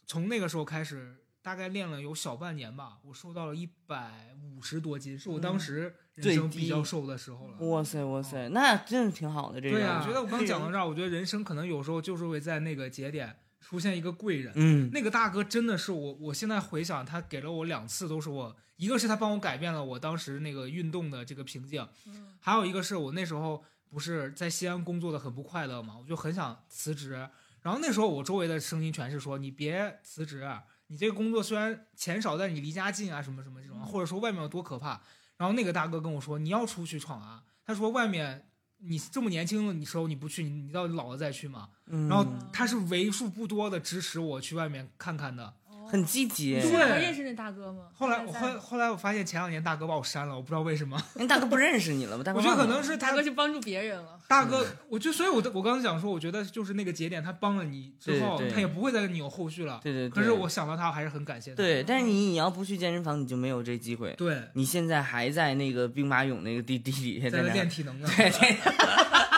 [SPEAKER 2] 从那个时候开始，大概练了有小半年吧，我瘦到了一百五十多斤，是我当
[SPEAKER 3] 嗯
[SPEAKER 2] 时人
[SPEAKER 3] 最
[SPEAKER 2] 生比
[SPEAKER 3] 低
[SPEAKER 2] 较瘦的时候了。
[SPEAKER 3] 哇塞哇塞，那真的挺好的这个。
[SPEAKER 2] 对啊呀、我觉得我刚讲到
[SPEAKER 3] 这，
[SPEAKER 2] 这儿，我觉得人生可能有时候就是会在那个节点出现一个贵人。
[SPEAKER 3] 嗯，
[SPEAKER 2] 那个大哥真的是我，我现在回想，他给了我两次，都是我，一个是他帮我改变了我当时那个运动的这个瓶颈，
[SPEAKER 4] 嗯
[SPEAKER 2] 还有一个是我那时候不是在西安工作的很不快乐嘛，我就很想辞职。然后那时候我周围的声音全是说你别辞职啊，你这个工作虽然钱少，但是你离家近啊，什么什么这种，或者说外面有多可怕。然后那个大哥跟我说你要出去闯啊，他说外面你这么年轻的时候你不去，你你到底老了再去嘛。
[SPEAKER 3] 然
[SPEAKER 2] 然后他是为数不多的支持我去外面看看的。
[SPEAKER 3] 很积极
[SPEAKER 4] 你
[SPEAKER 2] 哦对
[SPEAKER 4] 是。还认识那大哥吗？
[SPEAKER 2] 后来
[SPEAKER 4] 还
[SPEAKER 2] 我
[SPEAKER 4] 在
[SPEAKER 2] 后
[SPEAKER 4] 吗
[SPEAKER 2] 后来我发现前两年大哥把我删了，我不知道为什么，
[SPEAKER 3] 那大哥不认识你了吧？大哥
[SPEAKER 2] 我觉得
[SPEAKER 3] 忘了，
[SPEAKER 2] 可能是他
[SPEAKER 4] 大哥去帮助别人了。
[SPEAKER 2] 大哥，我就所以我的我刚才讲说，我觉得就是那个节点，他帮了你之后，
[SPEAKER 3] 对对
[SPEAKER 2] 他也不会再跟你有后续了。
[SPEAKER 3] 对对对。
[SPEAKER 2] 可是我想到他，我还是很感谢他。
[SPEAKER 3] 对，但是你你要不去健身房，你就没有这机会。
[SPEAKER 2] 对，
[SPEAKER 3] 你现在还在那个兵马俑那个地地底下，
[SPEAKER 2] 在
[SPEAKER 3] 在
[SPEAKER 2] 那
[SPEAKER 3] 那
[SPEAKER 2] 练
[SPEAKER 3] 儿
[SPEAKER 2] 体能呢，
[SPEAKER 3] 对，在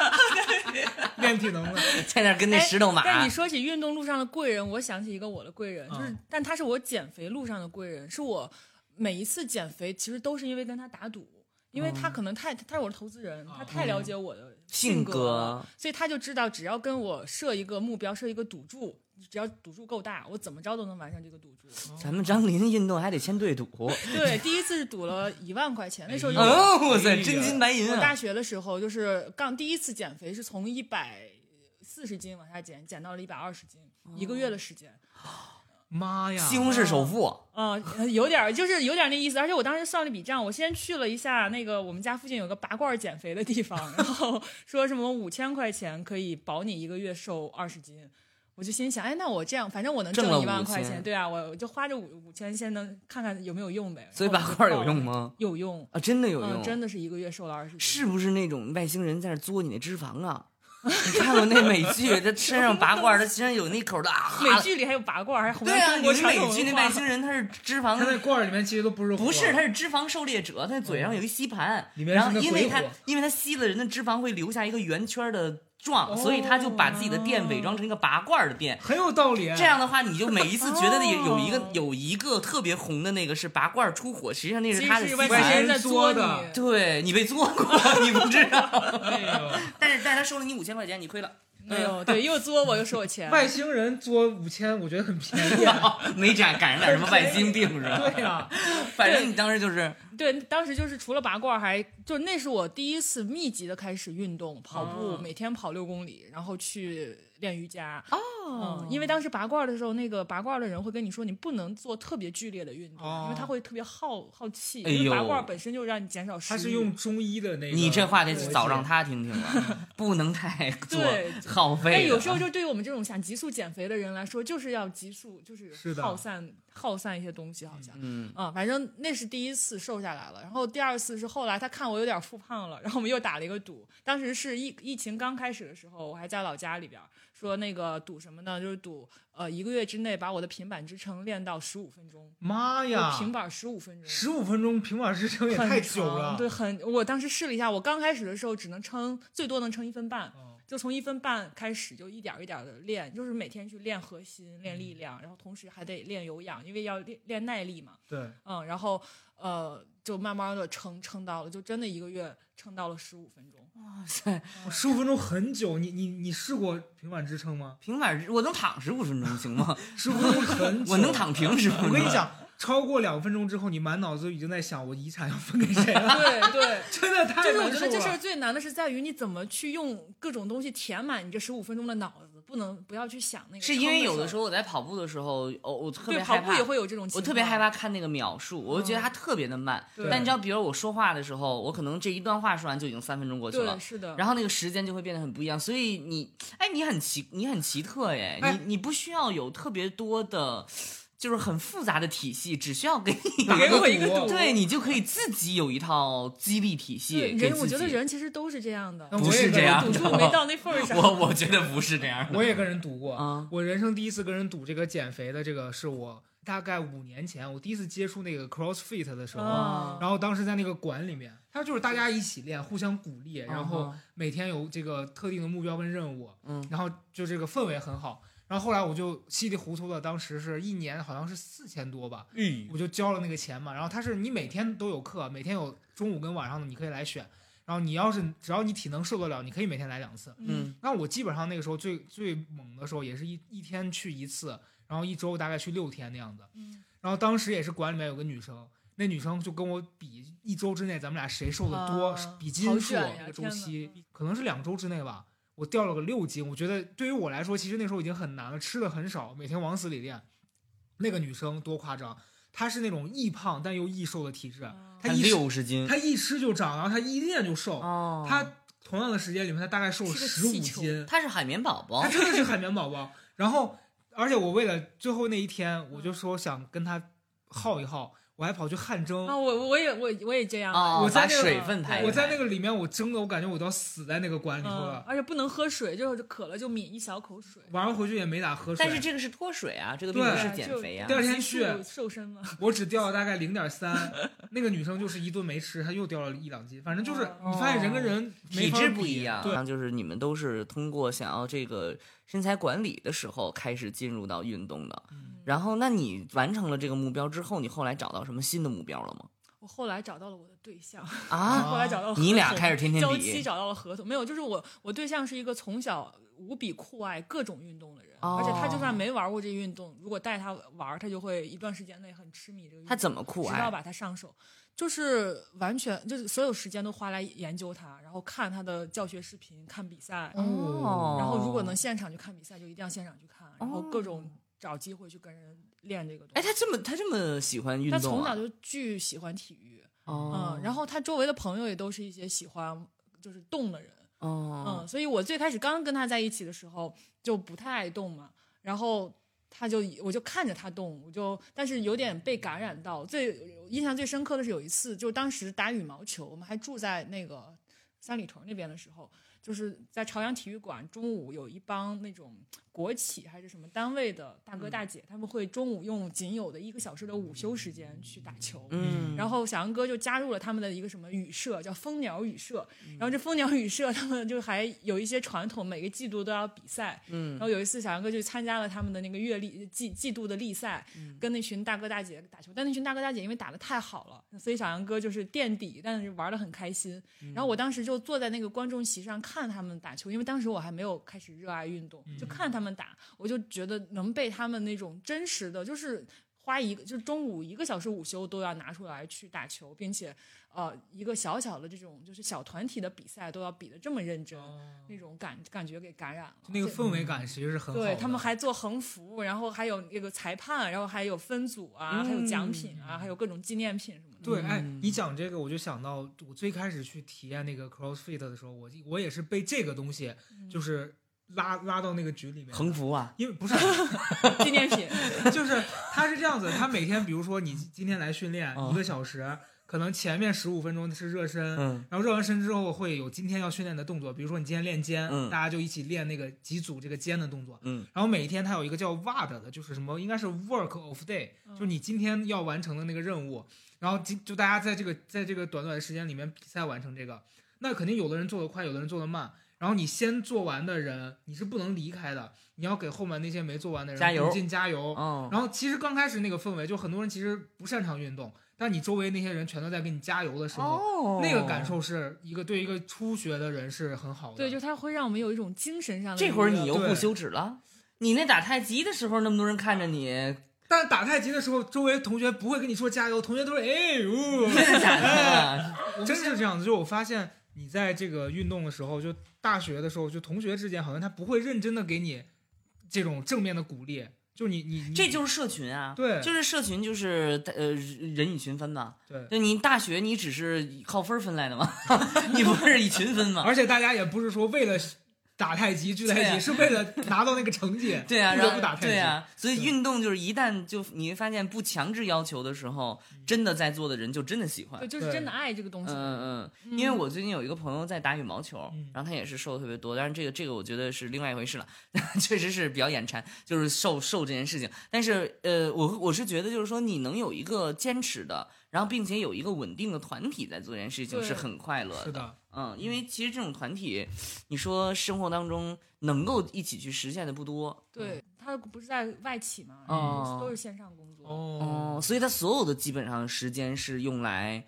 [SPEAKER 2] 练体能呢。
[SPEAKER 3] 在那儿跟那
[SPEAKER 4] 哎
[SPEAKER 3] 石头马。
[SPEAKER 4] 但你说起运动路上的贵人，我想起一个我的贵人，就是
[SPEAKER 2] 嗯，
[SPEAKER 4] 但他是我减肥路上的贵人，是我每一次减肥其实都是因为跟他打赌，因为他可能太他是我的投资人，
[SPEAKER 2] 啊
[SPEAKER 4] 他太了解我的
[SPEAKER 3] 哦嗯性
[SPEAKER 4] 格
[SPEAKER 3] 格
[SPEAKER 4] 了，所以他就知道只要跟我设一个目标，设一个赌注，只要赌注够大，我怎么着都能完成这个赌注。
[SPEAKER 3] 咱们张琳运动还得先对赌。
[SPEAKER 4] 对，第一次是赌了一万块钱，那时候
[SPEAKER 2] 哎
[SPEAKER 4] 就
[SPEAKER 2] 呦
[SPEAKER 4] 是
[SPEAKER 3] 哦，哇
[SPEAKER 2] 哎
[SPEAKER 3] 塞，
[SPEAKER 2] 呀
[SPEAKER 3] 真金白银
[SPEAKER 4] 我大
[SPEAKER 3] 啊！
[SPEAKER 4] 学的时候就是刚第一次减肥是从一百四十斤往下减，减到了一百二十斤，一个月的时间。
[SPEAKER 2] 妈呀！
[SPEAKER 3] 西红柿首富，
[SPEAKER 4] 啊、有点儿就是有点儿那意思，而且我当时算了一笔账，我先去了一下那个我们家附近有个拔罐儿减肥的地方，然后说什么五千块钱可以保你一个月瘦二十斤，我就心想，哎，那我这样反正我能挣
[SPEAKER 3] 挣了
[SPEAKER 4] 一万块
[SPEAKER 3] 5000
[SPEAKER 4] 钱，对啊，我我就花这五五千先能看看有没有用呗。
[SPEAKER 3] 所以拔
[SPEAKER 4] 然后我
[SPEAKER 3] 罐
[SPEAKER 4] 就
[SPEAKER 3] 儿有
[SPEAKER 4] 报
[SPEAKER 3] 用
[SPEAKER 4] 了？
[SPEAKER 3] 吗？
[SPEAKER 4] 有用，
[SPEAKER 3] 啊，真的
[SPEAKER 2] 哦
[SPEAKER 3] 有用，
[SPEAKER 4] 嗯，真的是一个月瘦了二十斤。
[SPEAKER 3] 是啊不是那种外星人在那作你那脂肪啊？你看过那美剧，他身上拔罐儿，他身上有那口的啊。
[SPEAKER 4] 美剧里还有拔罐儿，还红
[SPEAKER 3] 对啊，
[SPEAKER 4] 中国
[SPEAKER 3] 有那
[SPEAKER 4] 传统
[SPEAKER 3] 美剧那
[SPEAKER 4] 文
[SPEAKER 3] 外
[SPEAKER 4] 化。
[SPEAKER 3] 星人他是脂
[SPEAKER 2] 他在
[SPEAKER 3] 肪，
[SPEAKER 2] 罐儿里面其实都不是火
[SPEAKER 3] 不是他是脂肪狩猎者，他嘴
[SPEAKER 4] 嗯
[SPEAKER 3] 上有一吸盘，
[SPEAKER 2] 里面
[SPEAKER 3] 然
[SPEAKER 2] 是
[SPEAKER 3] 后
[SPEAKER 2] 那
[SPEAKER 3] 因为
[SPEAKER 2] 鬼
[SPEAKER 3] 他
[SPEAKER 2] 火
[SPEAKER 3] 因为他吸了人的脂肪会留下一个圆圈的状，所以他就把自己的店伪装成一个拔罐儿的店。
[SPEAKER 2] 很有道理。啊
[SPEAKER 3] 这样的话，你就每一次觉得那有一个
[SPEAKER 4] 哦
[SPEAKER 3] 有一个特别红的那个是拔罐儿出火，实际上那
[SPEAKER 4] 其
[SPEAKER 3] 是他的吸
[SPEAKER 4] 实是外
[SPEAKER 2] 外
[SPEAKER 4] 星
[SPEAKER 2] 星
[SPEAKER 3] 盘。
[SPEAKER 4] 人在
[SPEAKER 2] 人作
[SPEAKER 4] 作
[SPEAKER 2] 的
[SPEAKER 4] 你
[SPEAKER 3] 对你被做过，你不知道。
[SPEAKER 2] 哎呦
[SPEAKER 3] 但是但是他收了你五千块钱，你 亏了。
[SPEAKER 4] 没有，哎对，又作我又收我钱。
[SPEAKER 2] 外星人作五千，我觉得很便 宜。
[SPEAKER 3] 没感感染点什么外星病是吧？
[SPEAKER 2] 对呀、
[SPEAKER 3] 反正你当时就是
[SPEAKER 4] 对，当时就是除了拔罐儿还，就那是我第一次密集的开始运动，跑步，
[SPEAKER 3] 哦
[SPEAKER 4] 每天跑六公里，然后去练瑜伽。哦、因为当时拔罐儿的时候，那个拔罐儿的人会跟你说，你不能做特别剧烈的运动，
[SPEAKER 2] 哦
[SPEAKER 4] 因为它会特别耗耗气。
[SPEAKER 3] 哎
[SPEAKER 4] 因为拔
[SPEAKER 3] 呦
[SPEAKER 4] 罐儿本身就让你减少食
[SPEAKER 2] 他
[SPEAKER 4] 欲。
[SPEAKER 2] 是用中医的那个。
[SPEAKER 3] 你这话得早让。他听听了，不能太做
[SPEAKER 4] 对
[SPEAKER 3] 耗费了。
[SPEAKER 4] 哎但有
[SPEAKER 2] 啊
[SPEAKER 4] 时候就对于我们这种想急速减肥的人来说，就是要急速，就是
[SPEAKER 2] 是的
[SPEAKER 4] 耗散耗散一些东西，好像。
[SPEAKER 3] 嗯，
[SPEAKER 4] 啊、反正那是第一次瘦下来了，然后第二次是后来他看我有点复胖了，然后我们又打了一个赌。当时是疫疫情刚开始的时候，我还在老家里边儿，说那个赌什么呢？就是赌呃一个月之内把我的平板支撑练到十五分钟，
[SPEAKER 2] 妈哎呀
[SPEAKER 4] 就！平板十五分钟，
[SPEAKER 2] 十五分钟平板支撑也
[SPEAKER 4] 很
[SPEAKER 2] 太久
[SPEAKER 4] 长
[SPEAKER 2] 了。
[SPEAKER 4] 对，很。我当时试了一下，我刚开始的时候只能撑，最多能撑一分半。
[SPEAKER 2] 哦
[SPEAKER 4] 就从一分半开始，就一点儿一点儿的练，就是每天去练核心、练
[SPEAKER 3] 嗯
[SPEAKER 4] 力量，然后同时还得练有氧，因为要练练耐力嘛。
[SPEAKER 2] 对，
[SPEAKER 4] 嗯，然后呃，就慢慢的撑撑到了，就真的一个月撑到了十五分 钟。
[SPEAKER 3] 哇塞，
[SPEAKER 2] 十五分钟很久。你你你试过平板支撑吗？
[SPEAKER 3] 平板我能躺十五分钟行吗？
[SPEAKER 2] 十五分钟很久。
[SPEAKER 3] 我能。躺平十分钟。
[SPEAKER 2] 我跟你，讲，超过两分钟之后，你满脑子已经在想我遗产要分给谁了。
[SPEAKER 4] 对对，
[SPEAKER 2] 真的
[SPEAKER 4] 就
[SPEAKER 2] 太
[SPEAKER 4] 是我
[SPEAKER 2] 难
[SPEAKER 4] 觉
[SPEAKER 2] 受
[SPEAKER 4] 得这事儿
[SPEAKER 3] 啊
[SPEAKER 2] 了。
[SPEAKER 4] 最难的是在于你怎么去用各种东西填满你这十五分钟的脑子，不能不要去想那个撑
[SPEAKER 3] 是
[SPEAKER 4] 事儿。
[SPEAKER 3] 因为有的时候我在跑步的时候，哦，我特别
[SPEAKER 4] 对
[SPEAKER 3] 害
[SPEAKER 4] 跑
[SPEAKER 3] 怕，
[SPEAKER 4] 步也会有这种情
[SPEAKER 3] 我
[SPEAKER 4] 况，
[SPEAKER 3] 特别害怕看那个秒数，我就觉得它特别的慢。
[SPEAKER 4] 对
[SPEAKER 3] 但你知道，比如我说话的时候，我可能这一段话说完就已经三分钟过去了
[SPEAKER 4] 对，。是的。
[SPEAKER 3] 然后那个时间就会变得很不一样，所以你，哎，你很奇，你很奇特耶，
[SPEAKER 2] 哎
[SPEAKER 3] 你你不需要有特别多的，就是很复杂的体系，只需要给你
[SPEAKER 2] 打
[SPEAKER 4] 给我
[SPEAKER 2] 个
[SPEAKER 4] 一个
[SPEAKER 2] 赌
[SPEAKER 4] 赌
[SPEAKER 3] 对你就可以自己有一套激励体系
[SPEAKER 4] 对
[SPEAKER 3] 给自
[SPEAKER 4] 人，
[SPEAKER 3] 己。
[SPEAKER 4] 我觉得人其实都是这样的
[SPEAKER 2] 那，
[SPEAKER 3] 不是
[SPEAKER 2] 我也
[SPEAKER 3] 这
[SPEAKER 2] 跟
[SPEAKER 3] 样
[SPEAKER 4] 赌
[SPEAKER 3] 的
[SPEAKER 4] 注没到那份儿 上。
[SPEAKER 3] 我我觉得不是这样的。
[SPEAKER 2] 我也跟人赌过
[SPEAKER 3] 啊
[SPEAKER 2] 我人生第一次跟人赌这个减肥的这个，是我大概五年前我第一次接触那个 CrossFit 的时候，
[SPEAKER 4] 啊
[SPEAKER 2] 然后当时在那个馆里面，他就是大家一起练，互相鼓励，然后
[SPEAKER 3] 嗯
[SPEAKER 2] 每天有这个特定的目标跟任务，
[SPEAKER 3] 嗯，
[SPEAKER 2] 然后就这个氛围很好。然后后来我就稀里糊涂的，当时是一年好像是四千多吧，
[SPEAKER 3] 哎
[SPEAKER 2] 我就交了那个钱嘛。然后他是你每天都有课，每天有中午跟晚上的，你可以来选。然后你要是只要你体能受得了，你可以每天来两次。
[SPEAKER 3] 嗯，
[SPEAKER 2] 那我基本上那个时候最最猛的时候，也是一一天去一次，然后一周大概去六天那样子。
[SPEAKER 4] 嗯
[SPEAKER 2] 然后当时也是馆里面有个女生，那女生就跟我比一周之内咱们俩谁瘦的多，
[SPEAKER 4] 啊
[SPEAKER 2] 比
[SPEAKER 4] 好
[SPEAKER 2] 斤数
[SPEAKER 4] 卷呀
[SPEAKER 2] 那个周
[SPEAKER 4] 天哪嗯
[SPEAKER 2] 期，可能是两周之内吧，我掉了个六斤。我觉得对于我来说，其实那时候已经很难了，吃的很少，每天往死里练。那个女生多夸张，她是那种易胖但又易瘦的体质，
[SPEAKER 4] 哦
[SPEAKER 2] 她
[SPEAKER 3] 他
[SPEAKER 2] 一吃
[SPEAKER 3] 六十斤
[SPEAKER 2] 她一吃就长，然后她一练就瘦。
[SPEAKER 3] 哦
[SPEAKER 2] 她同样的时间里面，她大概瘦了
[SPEAKER 4] 是个
[SPEAKER 2] 十五
[SPEAKER 4] 气球
[SPEAKER 2] 斤。
[SPEAKER 3] 他是海绵宝宝
[SPEAKER 2] 他，真的是海绵宝宝。然后，而且我为了最后那一天，我就说想跟他耗一耗，我还跑去汗蒸。
[SPEAKER 4] 啊，我我也我我也这样
[SPEAKER 3] 哦，
[SPEAKER 2] 我在
[SPEAKER 3] 把
[SPEAKER 2] 那个
[SPEAKER 3] 水分排一排。
[SPEAKER 2] 我在那个里面，我蒸的，我感觉我都要死在那个馆里头
[SPEAKER 4] 嗯，
[SPEAKER 2] 了。
[SPEAKER 4] 而且不能喝水，就是渴了就抿一小口水。
[SPEAKER 2] 晚上回去也没咋喝水，
[SPEAKER 3] 嗯但是这个是脱水啊，这个并
[SPEAKER 2] 对
[SPEAKER 3] 不
[SPEAKER 4] 对
[SPEAKER 3] 是
[SPEAKER 4] 啊
[SPEAKER 3] 减
[SPEAKER 4] 就
[SPEAKER 3] 肥呀、
[SPEAKER 2] 第二天
[SPEAKER 4] 急
[SPEAKER 2] 去
[SPEAKER 4] 速瘦身嘛，
[SPEAKER 2] 我只掉了大概零点三。那个女生就是一顿没吃，她又掉了一两斤。反正就是你
[SPEAKER 4] 哦
[SPEAKER 2] 发现人跟人没
[SPEAKER 3] 体
[SPEAKER 2] 法
[SPEAKER 3] 质不
[SPEAKER 2] 比
[SPEAKER 3] 一样，
[SPEAKER 2] 对，
[SPEAKER 3] 就是你们都是通过想要这个身材管理的时候开始进入到运动的。
[SPEAKER 2] 嗯
[SPEAKER 3] 然后，那你完成了这个目标之后，你后来找到什么新的目标了吗？
[SPEAKER 4] 我后来找到了我的对象，
[SPEAKER 3] 啊，
[SPEAKER 4] 后来找到了合
[SPEAKER 3] 你俩
[SPEAKER 4] 同
[SPEAKER 3] 开始天天
[SPEAKER 4] 交
[SPEAKER 3] 比
[SPEAKER 4] 期找到了合同，没有，就是我我对象是一个从小无比酷爱各种运动的人，
[SPEAKER 3] 哦
[SPEAKER 4] 而且他就算没玩过这运动，如果带他玩，他就会一段时间内很痴迷这个运动。
[SPEAKER 3] 他怎么酷
[SPEAKER 4] 直到
[SPEAKER 3] 爱？
[SPEAKER 4] 把它上手，就是完全就是所有时间都花来研究它，然后看它的教学视频，看比赛，
[SPEAKER 3] 哦，哦
[SPEAKER 4] 然后如果能现场去看比赛，就一定要现场去看，啊然后各种找机会去跟人练这个东西。
[SPEAKER 3] 哎，他这么他这么喜欢运
[SPEAKER 4] 他
[SPEAKER 3] 动
[SPEAKER 4] 从
[SPEAKER 3] 啊
[SPEAKER 4] 小？就巨喜欢体育，
[SPEAKER 3] 哦，
[SPEAKER 4] 嗯，然后他周围的朋友也都是一些喜欢就是动的人，
[SPEAKER 3] 哦，
[SPEAKER 4] 嗯，所以我最开始刚跟他在一起的时候就不太爱动嘛，然后他就我就看着他动，我就但是有点被感染到。最印象最深刻的是有一次，就当时打羽毛球，我们还住在那个三里屯那边的时候，就是在朝阳体育馆，中午有一帮那种国企还是什么单位的大哥大姐，他们会中午用仅有的一个小时的午休时间去打球，
[SPEAKER 3] 嗯，
[SPEAKER 4] 然后小杨哥就加入了他们的一个什么语社，叫蜂鸟语社。然后这蜂鸟语社，他们就还有一些传统，每个季度都要比赛。
[SPEAKER 3] 嗯
[SPEAKER 4] 然后有一次，小杨哥就参加了他们的那个月历季季度的例赛，
[SPEAKER 2] 嗯
[SPEAKER 4] 跟那群大哥大姐打球。但那群大哥大姐因为打的太好了，所以小杨哥就是垫底，但是玩的很开心。
[SPEAKER 2] 嗯
[SPEAKER 4] 然后我当时就坐在那个观众席上看他们打球，因为当时我还没有开始热爱运动，
[SPEAKER 2] 嗯
[SPEAKER 4] 就看他们打，我就觉得能被他们那种真实的，就是花一个就是中午一个小时午休都要拿出来去打球，并且呃一个小小的这种就是小团体的比赛都要比得这么认真，
[SPEAKER 2] 哦
[SPEAKER 4] 那种感感觉给感染了。
[SPEAKER 2] 那个
[SPEAKER 4] 对
[SPEAKER 2] 氛围感其实是很好的。
[SPEAKER 4] 对他们还做横幅，然后还有那个裁判，然后还有分组啊，还有奖品啊，还有各种纪念品什么的。
[SPEAKER 2] 对，哎
[SPEAKER 3] 嗯，
[SPEAKER 2] 你讲这个，我就想到我最开始去体验那个 CrossFit 的时候，我我也是被这个东西就是拉拉到那个局里面的
[SPEAKER 3] 横，幅啊，
[SPEAKER 2] 因为不是，
[SPEAKER 4] 纪念 品，
[SPEAKER 2] 就是他是这样子，他每天比如说你今天来训练
[SPEAKER 3] 嗯
[SPEAKER 2] 一个小时，可能前面十五分钟是热身，
[SPEAKER 3] 嗯
[SPEAKER 2] 然后热完身之后会有今天要训练的动作，比如说你今天练肩，
[SPEAKER 3] 嗯
[SPEAKER 2] 大家就一起练那个几组这个肩的动作。
[SPEAKER 3] 嗯，
[SPEAKER 2] 然后每天它有一个叫 WAD 的，就是什么应该是 Work of Day，、
[SPEAKER 4] 嗯
[SPEAKER 2] 就是你今天要完成的那个任务。然后今就大家在这个在这个短短的时间里面比赛完成这个，那肯定有的人做得快，有的人做得慢。然后你先做完的人，你是不能离开的，你要给后面那些没做完的人
[SPEAKER 3] 加油
[SPEAKER 2] 鼓劲加油。
[SPEAKER 3] 哦，
[SPEAKER 2] 然后其实刚开始那个氛围，就很多人其实不擅长运动，但你周围那些人全都在给你加油的时候，
[SPEAKER 3] 哦
[SPEAKER 2] 那个感，受是一个对一个初学的人是很好的。
[SPEAKER 4] 对，就它会让我们有一种精神上的
[SPEAKER 3] 这
[SPEAKER 4] 娱
[SPEAKER 3] 会儿
[SPEAKER 4] 乐
[SPEAKER 3] 你又不
[SPEAKER 2] 对
[SPEAKER 3] 羞耻了。你那打太极的时候，那么多人看着你，
[SPEAKER 2] 但打太极的时候，周围同学不会跟你说加油，同学都是哎 呦，
[SPEAKER 3] 真的假的？
[SPEAKER 2] 真是这样子。就我发现你在这个运动的时候，就大学的时候，就同学之间好像他不会认真的给你这种正面的鼓励，就你你你
[SPEAKER 3] 这就是社群啊，
[SPEAKER 2] 对
[SPEAKER 3] 就是社群，就是呃人以群分嘛。
[SPEAKER 2] 对。
[SPEAKER 3] 就你大学你只是靠分儿分来的吗？ 你不是以群分 吗？
[SPEAKER 2] 而且大家也不是说为了打太极聚在一
[SPEAKER 3] 对
[SPEAKER 2] 起，
[SPEAKER 3] 啊
[SPEAKER 2] 是为了拿到那个成绩。
[SPEAKER 3] 对啊，
[SPEAKER 2] 不得
[SPEAKER 3] 然后
[SPEAKER 2] 不打太极
[SPEAKER 3] 对啊，所以
[SPEAKER 2] 对
[SPEAKER 3] 运动就是一旦就你会发现不强制要求的时候，
[SPEAKER 2] 嗯
[SPEAKER 3] 真的在做的人就真的喜欢
[SPEAKER 4] 对，。就是
[SPEAKER 2] 对
[SPEAKER 4] 真的爱这个东西。
[SPEAKER 3] 嗯嗯，因为我最近有一个朋友在打羽毛球，
[SPEAKER 2] 嗯
[SPEAKER 3] 然后他也是瘦的特别多，但是这个这个我觉得是另外一回事了， 确实是比较眼馋，就是瘦瘦这件事情。但是呃，我我是觉得就是说你能有一个坚持的，然后并且有一个稳定的团体在做这件事情
[SPEAKER 4] 对
[SPEAKER 3] 是很快乐
[SPEAKER 2] 是的，
[SPEAKER 3] 嗯，因为其实这种团体，你说生活当中能够一起去实现的不多，
[SPEAKER 4] 对他不是在外企嘛，
[SPEAKER 3] 哦
[SPEAKER 4] 嗯都是线上工作。
[SPEAKER 2] 哦，
[SPEAKER 3] 哦，所以他所有的基本上时间是用来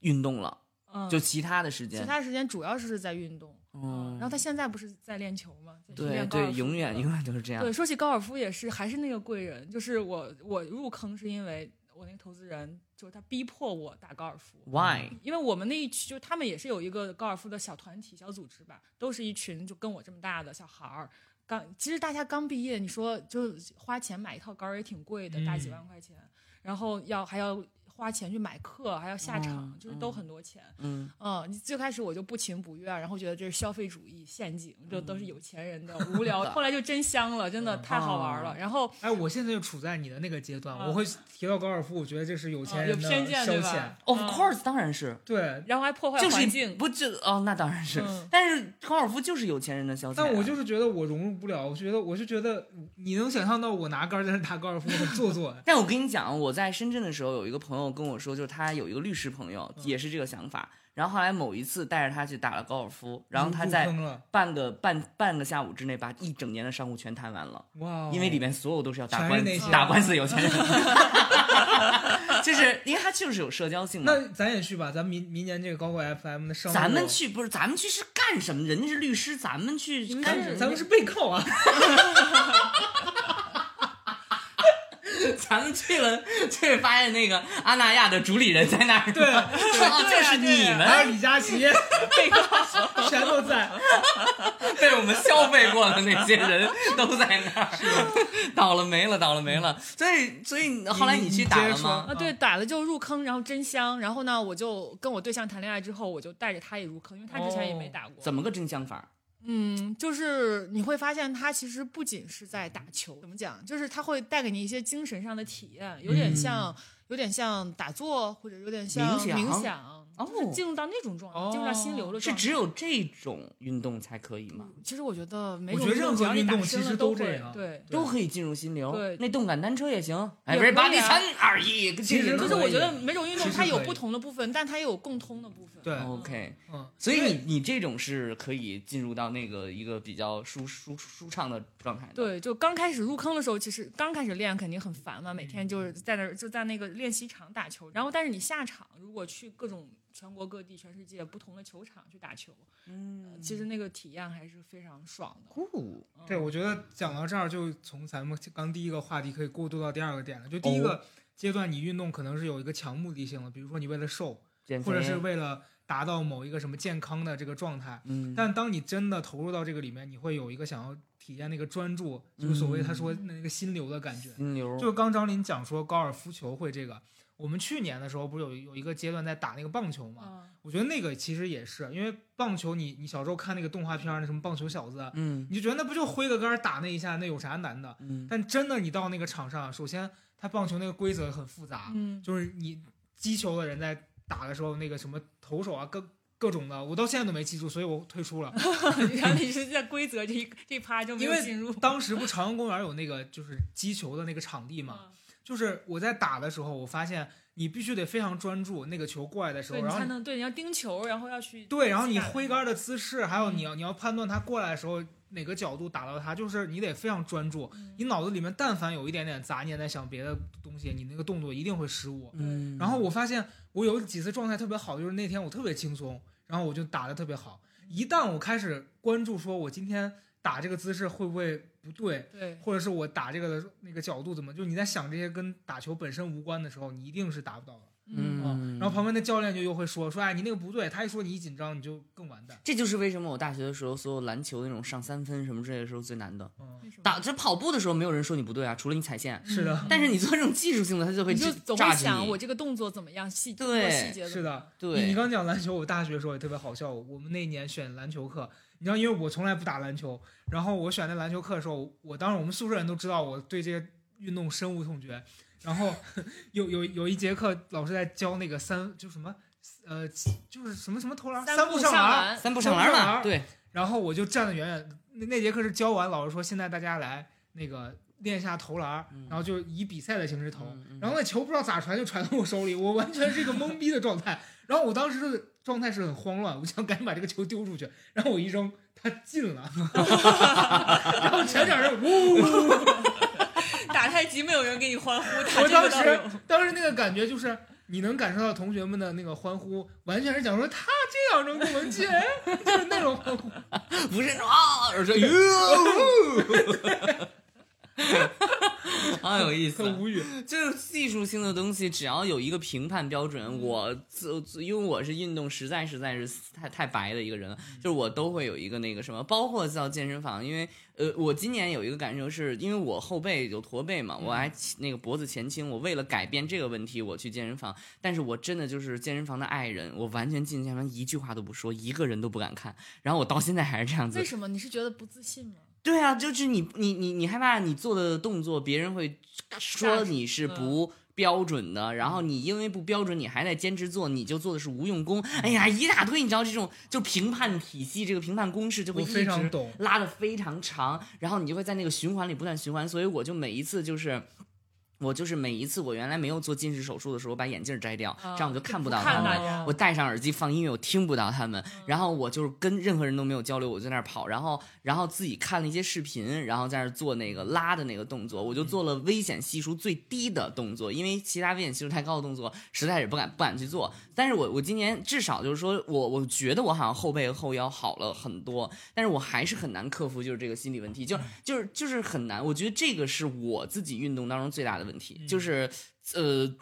[SPEAKER 3] 运动了，
[SPEAKER 4] 嗯，
[SPEAKER 3] 就其他的时
[SPEAKER 4] 其
[SPEAKER 3] 间，
[SPEAKER 4] 他时间主要是在运动。
[SPEAKER 3] 嗯，
[SPEAKER 4] 然后他现在不是在练球吗？在
[SPEAKER 3] 对
[SPEAKER 4] 练高尔
[SPEAKER 3] 对，
[SPEAKER 4] 夫
[SPEAKER 3] 永远
[SPEAKER 4] 的
[SPEAKER 3] 永远都是这样
[SPEAKER 4] 对，，说起高尔夫也是，还是那个贵人，就是我我入坑是因为我那个投资人，就是他逼迫我打高尔夫。
[SPEAKER 3] Why？
[SPEAKER 4] 因为我们那一区，就他们也是有一个高尔夫的小团体、小组织吧，都是一群就跟我这么大的小孩儿。刚其实大家刚毕业，你说就是花钱买一套杆儿也挺贵的，大几
[SPEAKER 2] 嗯
[SPEAKER 4] 万块钱，然后要还要花钱去买课，还要下场，
[SPEAKER 2] 哦
[SPEAKER 3] 嗯
[SPEAKER 4] 就是都
[SPEAKER 3] 嗯
[SPEAKER 4] 很多钱。
[SPEAKER 3] 嗯，
[SPEAKER 4] 嗯，你最开始我就不情不愿，然后觉得这是消费主义陷阱，这
[SPEAKER 2] 嗯
[SPEAKER 4] 都是有钱人的 无聊。后来就真香了，真的太好玩了。然后
[SPEAKER 2] 哎，我现在就处在你的那个阶段，
[SPEAKER 4] 啊
[SPEAKER 2] 我会提到高尔夫，我觉得这是有钱
[SPEAKER 4] 有
[SPEAKER 2] 人的
[SPEAKER 4] 偏见
[SPEAKER 2] 消
[SPEAKER 4] 对
[SPEAKER 2] 遣
[SPEAKER 4] 吧。
[SPEAKER 3] Of
[SPEAKER 4] 嗯
[SPEAKER 3] course，当然是，
[SPEAKER 2] 对，
[SPEAKER 4] 然后还破坏
[SPEAKER 3] 就
[SPEAKER 4] 环
[SPEAKER 3] 是
[SPEAKER 4] 境，
[SPEAKER 3] 不就哦，那当然是
[SPEAKER 4] 嗯，
[SPEAKER 3] 但是高尔夫就是有钱人的消遣啊。
[SPEAKER 2] 但我就是觉得我融入不了，我觉得我是觉得你能想象到我拿杆在那打高尔夫很做作，
[SPEAKER 3] 但我跟你讲，我在深圳的时候，有一个朋友跟我说，就是他有一个律师朋友，
[SPEAKER 2] 嗯
[SPEAKER 3] 也是这个想法。然后后来某一次带着他去打了高尔夫， 然后他
[SPEAKER 2] 入
[SPEAKER 3] 在
[SPEAKER 2] 坑了，
[SPEAKER 3] 半个半半个下午之内把一整年的商务全谈完了，
[SPEAKER 4] 哦
[SPEAKER 2] 哇，哦
[SPEAKER 3] 因为里面所有都是要打
[SPEAKER 2] 全
[SPEAKER 3] 官
[SPEAKER 2] 是那些
[SPEAKER 3] 打官司的有 钱人， 就是因为他就是有社交性嘛。
[SPEAKER 2] 那咱也去吧，咱明明年这个高管 FM 的商务，
[SPEAKER 3] 咱们，去不是咱们去是干什么？人家是律师，咱们去
[SPEAKER 4] 们
[SPEAKER 3] 干
[SPEAKER 4] 是
[SPEAKER 3] 什么？
[SPEAKER 2] 咱们是被告啊，
[SPEAKER 3] 咱们去了，就是发现那个阿那亚的主理人在那儿，
[SPEAKER 2] 对，
[SPEAKER 3] 啊，
[SPEAKER 4] 对
[SPEAKER 3] 就
[SPEAKER 4] 啊
[SPEAKER 3] 是
[SPEAKER 4] 对
[SPEAKER 3] 你
[SPEAKER 4] 啊
[SPEAKER 2] 还有
[SPEAKER 3] 们
[SPEAKER 2] 李佳 琦，全都在。
[SPEAKER 3] 被我们消费过的那些人都在那儿， 倒了霉了，倒了霉了。所以，所以后来
[SPEAKER 2] 你
[SPEAKER 3] 去
[SPEAKER 2] 你
[SPEAKER 3] 打
[SPEAKER 2] 接着
[SPEAKER 3] 了
[SPEAKER 2] 说
[SPEAKER 3] 吗？
[SPEAKER 4] 啊，对，打了就入坑，然后真香。然后呢，我就跟我对象谈恋爱之后，我就带着他也入坑，因为他之前也没
[SPEAKER 2] 哦
[SPEAKER 4] 打过。
[SPEAKER 3] 怎么个真相法？
[SPEAKER 4] 嗯，就是你会发现他其实不仅是在打球，怎么讲，就是他会带给你一些精神上的体验，有点像，
[SPEAKER 2] 嗯
[SPEAKER 4] 有点像打坐，或者有点像
[SPEAKER 3] 冥想
[SPEAKER 4] 冥想，就是
[SPEAKER 3] 哦
[SPEAKER 4] 进入到那种状态，
[SPEAKER 2] 哦
[SPEAKER 4] 进入到心流的
[SPEAKER 3] 是
[SPEAKER 4] 状态。
[SPEAKER 3] 只有这种运动才可以吗？
[SPEAKER 4] 其实我觉得每
[SPEAKER 2] 我
[SPEAKER 4] 种
[SPEAKER 2] 觉得任
[SPEAKER 4] 只要
[SPEAKER 2] 何
[SPEAKER 4] 你
[SPEAKER 2] 运
[SPEAKER 4] 打
[SPEAKER 2] 动
[SPEAKER 4] 深
[SPEAKER 2] 其
[SPEAKER 4] 了
[SPEAKER 2] 实
[SPEAKER 4] 都
[SPEAKER 2] 都这
[SPEAKER 4] 会
[SPEAKER 2] 样
[SPEAKER 4] 对。
[SPEAKER 3] 都可以进入心流。
[SPEAKER 4] 对
[SPEAKER 3] 那动感单车也行。哎
[SPEAKER 4] 也可以啊
[SPEAKER 3] ，everybody 三二一，
[SPEAKER 2] 其实
[SPEAKER 3] 这个
[SPEAKER 4] 就是
[SPEAKER 2] 可
[SPEAKER 4] 我
[SPEAKER 2] 以
[SPEAKER 4] 觉得每种运动
[SPEAKER 2] 其实
[SPEAKER 4] 它有
[SPEAKER 2] 可以
[SPEAKER 4] 不同的部分，但它也有共通的部分。
[SPEAKER 2] 对，
[SPEAKER 3] OK。
[SPEAKER 2] 嗯，
[SPEAKER 3] 所以你你这种是可以进入到那个一个比较舒舒舒畅的状态的。，
[SPEAKER 4] 对，就刚开始入坑的时候，其实刚开始练肯定很烦嘛，每天就是在那儿就在那个练习场打球。然后，但是你下场如果去各种全国各地、全世界不同的球场去打球，嗯，其实那个体验还是非常爽的。
[SPEAKER 3] 酷，
[SPEAKER 2] 对，我觉得讲到这儿，就从咱们刚第一个话题可以过渡到第二个点了。就第一
[SPEAKER 3] 哦
[SPEAKER 2] 个阶段，你运动可能是有一个强目的性的，比如说你为了瘦，
[SPEAKER 3] 减肥
[SPEAKER 2] 或者是为了达到某一个什么健康的这个状态。
[SPEAKER 3] 嗯，
[SPEAKER 2] 但当你真的投入到这个里面，你会有一个想要体验那个专注，就是所谓他说那个心流的感觉。
[SPEAKER 3] 心流
[SPEAKER 2] 就刚张琳讲说高尔夫球会这个，我们去年的时候不是有有一个阶段在打那个棒球嘛？
[SPEAKER 4] 嗯，
[SPEAKER 2] 我觉得那个其实也是，因为棒球你你小时候看那个动画片儿那什么棒球小子，啊
[SPEAKER 3] 嗯
[SPEAKER 2] 你就觉得那不就挥个杆儿打那一下，那有啥难的？
[SPEAKER 3] 嗯
[SPEAKER 2] 但真的你到那个场上，首先它棒球那个规则很复杂，
[SPEAKER 4] 嗯，
[SPEAKER 2] 就是你击球的人在打的时候，那个什么投手啊，各各种的，我到现在都没记住，所以我退出了。
[SPEAKER 4] 嗯原来是在规则这一这一趴就没
[SPEAKER 2] 因
[SPEAKER 4] 有
[SPEAKER 2] 为
[SPEAKER 4] 进入
[SPEAKER 2] 当时不朝阳公园有那个就是击球的那个场地嘛，
[SPEAKER 4] 嗯
[SPEAKER 2] 就是我在打的时候，我发现你必须得非常专注，那个球过来的时
[SPEAKER 4] 对
[SPEAKER 2] 候，
[SPEAKER 4] 你
[SPEAKER 2] 然后
[SPEAKER 4] 才
[SPEAKER 2] 你
[SPEAKER 4] 能对你要盯球，然后要去
[SPEAKER 2] 对，然后你
[SPEAKER 4] 击打
[SPEAKER 2] 挥杆的姿势，还
[SPEAKER 4] 嗯
[SPEAKER 2] 有你要你要判断它过来的时候哪个角度打到它，就是你得非常专注。
[SPEAKER 4] 嗯
[SPEAKER 2] 你脑子里面但凡有一点点杂念在想别的东西，你那个动作一定会失误。
[SPEAKER 3] 嗯，
[SPEAKER 2] 然后我发现我有几次状态特别好，就是那天我特别轻松，然后我就打得特别好。
[SPEAKER 4] 嗯
[SPEAKER 2] 一旦我开始关注说我今天打这个姿势会不会不对，
[SPEAKER 4] 对
[SPEAKER 2] 或者是我打这个的那个角度怎么，就你在想这些跟打球本身无关的时候，你一定是达不到的。
[SPEAKER 4] 嗯
[SPEAKER 2] 啊
[SPEAKER 3] 嗯，
[SPEAKER 2] 然后旁边的教练就又会说说哎你那个不对，他一说你一紧张你就更完蛋。
[SPEAKER 3] 这就是为什么我大学的时候所有篮球那种上三分什么之类的时候最难的。
[SPEAKER 2] 嗯，
[SPEAKER 4] 为什么
[SPEAKER 3] 打这跑步的时候没有人说你不对啊，除了你踩线。
[SPEAKER 2] 是的，
[SPEAKER 3] 但是你做这种技术性的，他就会
[SPEAKER 4] 你就
[SPEAKER 3] 去
[SPEAKER 4] 总
[SPEAKER 3] 炸
[SPEAKER 4] 会
[SPEAKER 3] 着
[SPEAKER 4] 想
[SPEAKER 3] 你
[SPEAKER 4] 我这个动作怎么样细
[SPEAKER 3] 对
[SPEAKER 4] 细 节
[SPEAKER 2] 是的，你
[SPEAKER 3] 对
[SPEAKER 2] 你刚讲篮球，我大学的时候也特别好笑。我们那一年选篮球课，你知道，因为我从来不打篮球，然后我选那篮球课的时候，我当时我们宿舍人都知道我对这个运动深恶痛绝。然 后有有有一节课，老师在教那个三，就什么呃，就是什么什么投篮，三
[SPEAKER 4] 步
[SPEAKER 2] 上篮。
[SPEAKER 4] 篮，
[SPEAKER 3] 三步上篮
[SPEAKER 2] 三步上
[SPEAKER 3] 嘛，
[SPEAKER 2] 篮
[SPEAKER 3] 对，
[SPEAKER 2] 然后我就站得远远。那那节课是教完，老师说现在大家来那个练一下投篮，
[SPEAKER 3] 嗯
[SPEAKER 2] 然后就以比赛的形式投。
[SPEAKER 3] 嗯嗯
[SPEAKER 2] 然后那球不知道咋传就传到我手里，我完全是一个懵逼的状态。然后我当时的状态是很慌乱，我想赶紧把这个球丢出去，然后我一扔，它进了， 然后全场人呜，
[SPEAKER 4] 打太极没有人给你欢呼，打
[SPEAKER 2] 我
[SPEAKER 4] 这
[SPEAKER 2] 当
[SPEAKER 4] 个倒有
[SPEAKER 2] 时当时那个感觉就是。你能感受到同学们的那个欢呼，完全是讲说他这样扔我们进，哎就是那种 欢呼。
[SPEAKER 3] 不是啊，而 是哟， 好有意思啊
[SPEAKER 2] 很。无语。
[SPEAKER 3] 就是技术性的东西，只要有一个评判标准，我自自因为我是运动实在实在是太太白的一个人了，就是我都会有一个那个什么，包括到健身房，因为呃，我今年有一个感受是，因为我后背有驼背嘛，我还起那个脖子前倾，我为了改变这个问题，我去健身房，但是我真的就是健身房的爱人，我完全进健身房一句话都不说，一个人都不敢看，然后我到现在还是这样子
[SPEAKER 4] 为，什么？你是觉得不自信吗？
[SPEAKER 3] 对啊，就是你你你你害怕你做的动作，别人会说你是不标准的，然后你因为不标准，你还在坚持做，你就做的是无用功。哎呀，一大堆，你知道这种就评判体系，这个评判公式就会
[SPEAKER 2] 我
[SPEAKER 3] 一
[SPEAKER 2] 非常
[SPEAKER 3] 直
[SPEAKER 2] 懂
[SPEAKER 3] 拉的非常长，然后你就会在那个循环里不断循环。所以我就每一次就是。我就是每一次我原来没有做近视手术的时候，我把眼镜摘掉，
[SPEAKER 4] 啊
[SPEAKER 3] 这样我就看不到
[SPEAKER 4] 看
[SPEAKER 3] 他们
[SPEAKER 4] 大
[SPEAKER 2] 了。
[SPEAKER 4] 家
[SPEAKER 3] 我戴上耳机放音乐，我听不到他们。然后我就是跟任何人都没有交流，我就在那儿跑，然后然后自己看了一些视频，然后在那儿做那个拉的那个动作，我就做了危险系数最低的动作，因为其他危险系数太高的动作实在是不敢不敢去做。但是我我今年至少就是说我我觉得我好像后背和后腰好了很多，但是我还是很难克服就是这个心理问题，就是就是就是很难。我觉得这个是我自己运动当中最大的问题，
[SPEAKER 2] 嗯
[SPEAKER 3] 就是呃，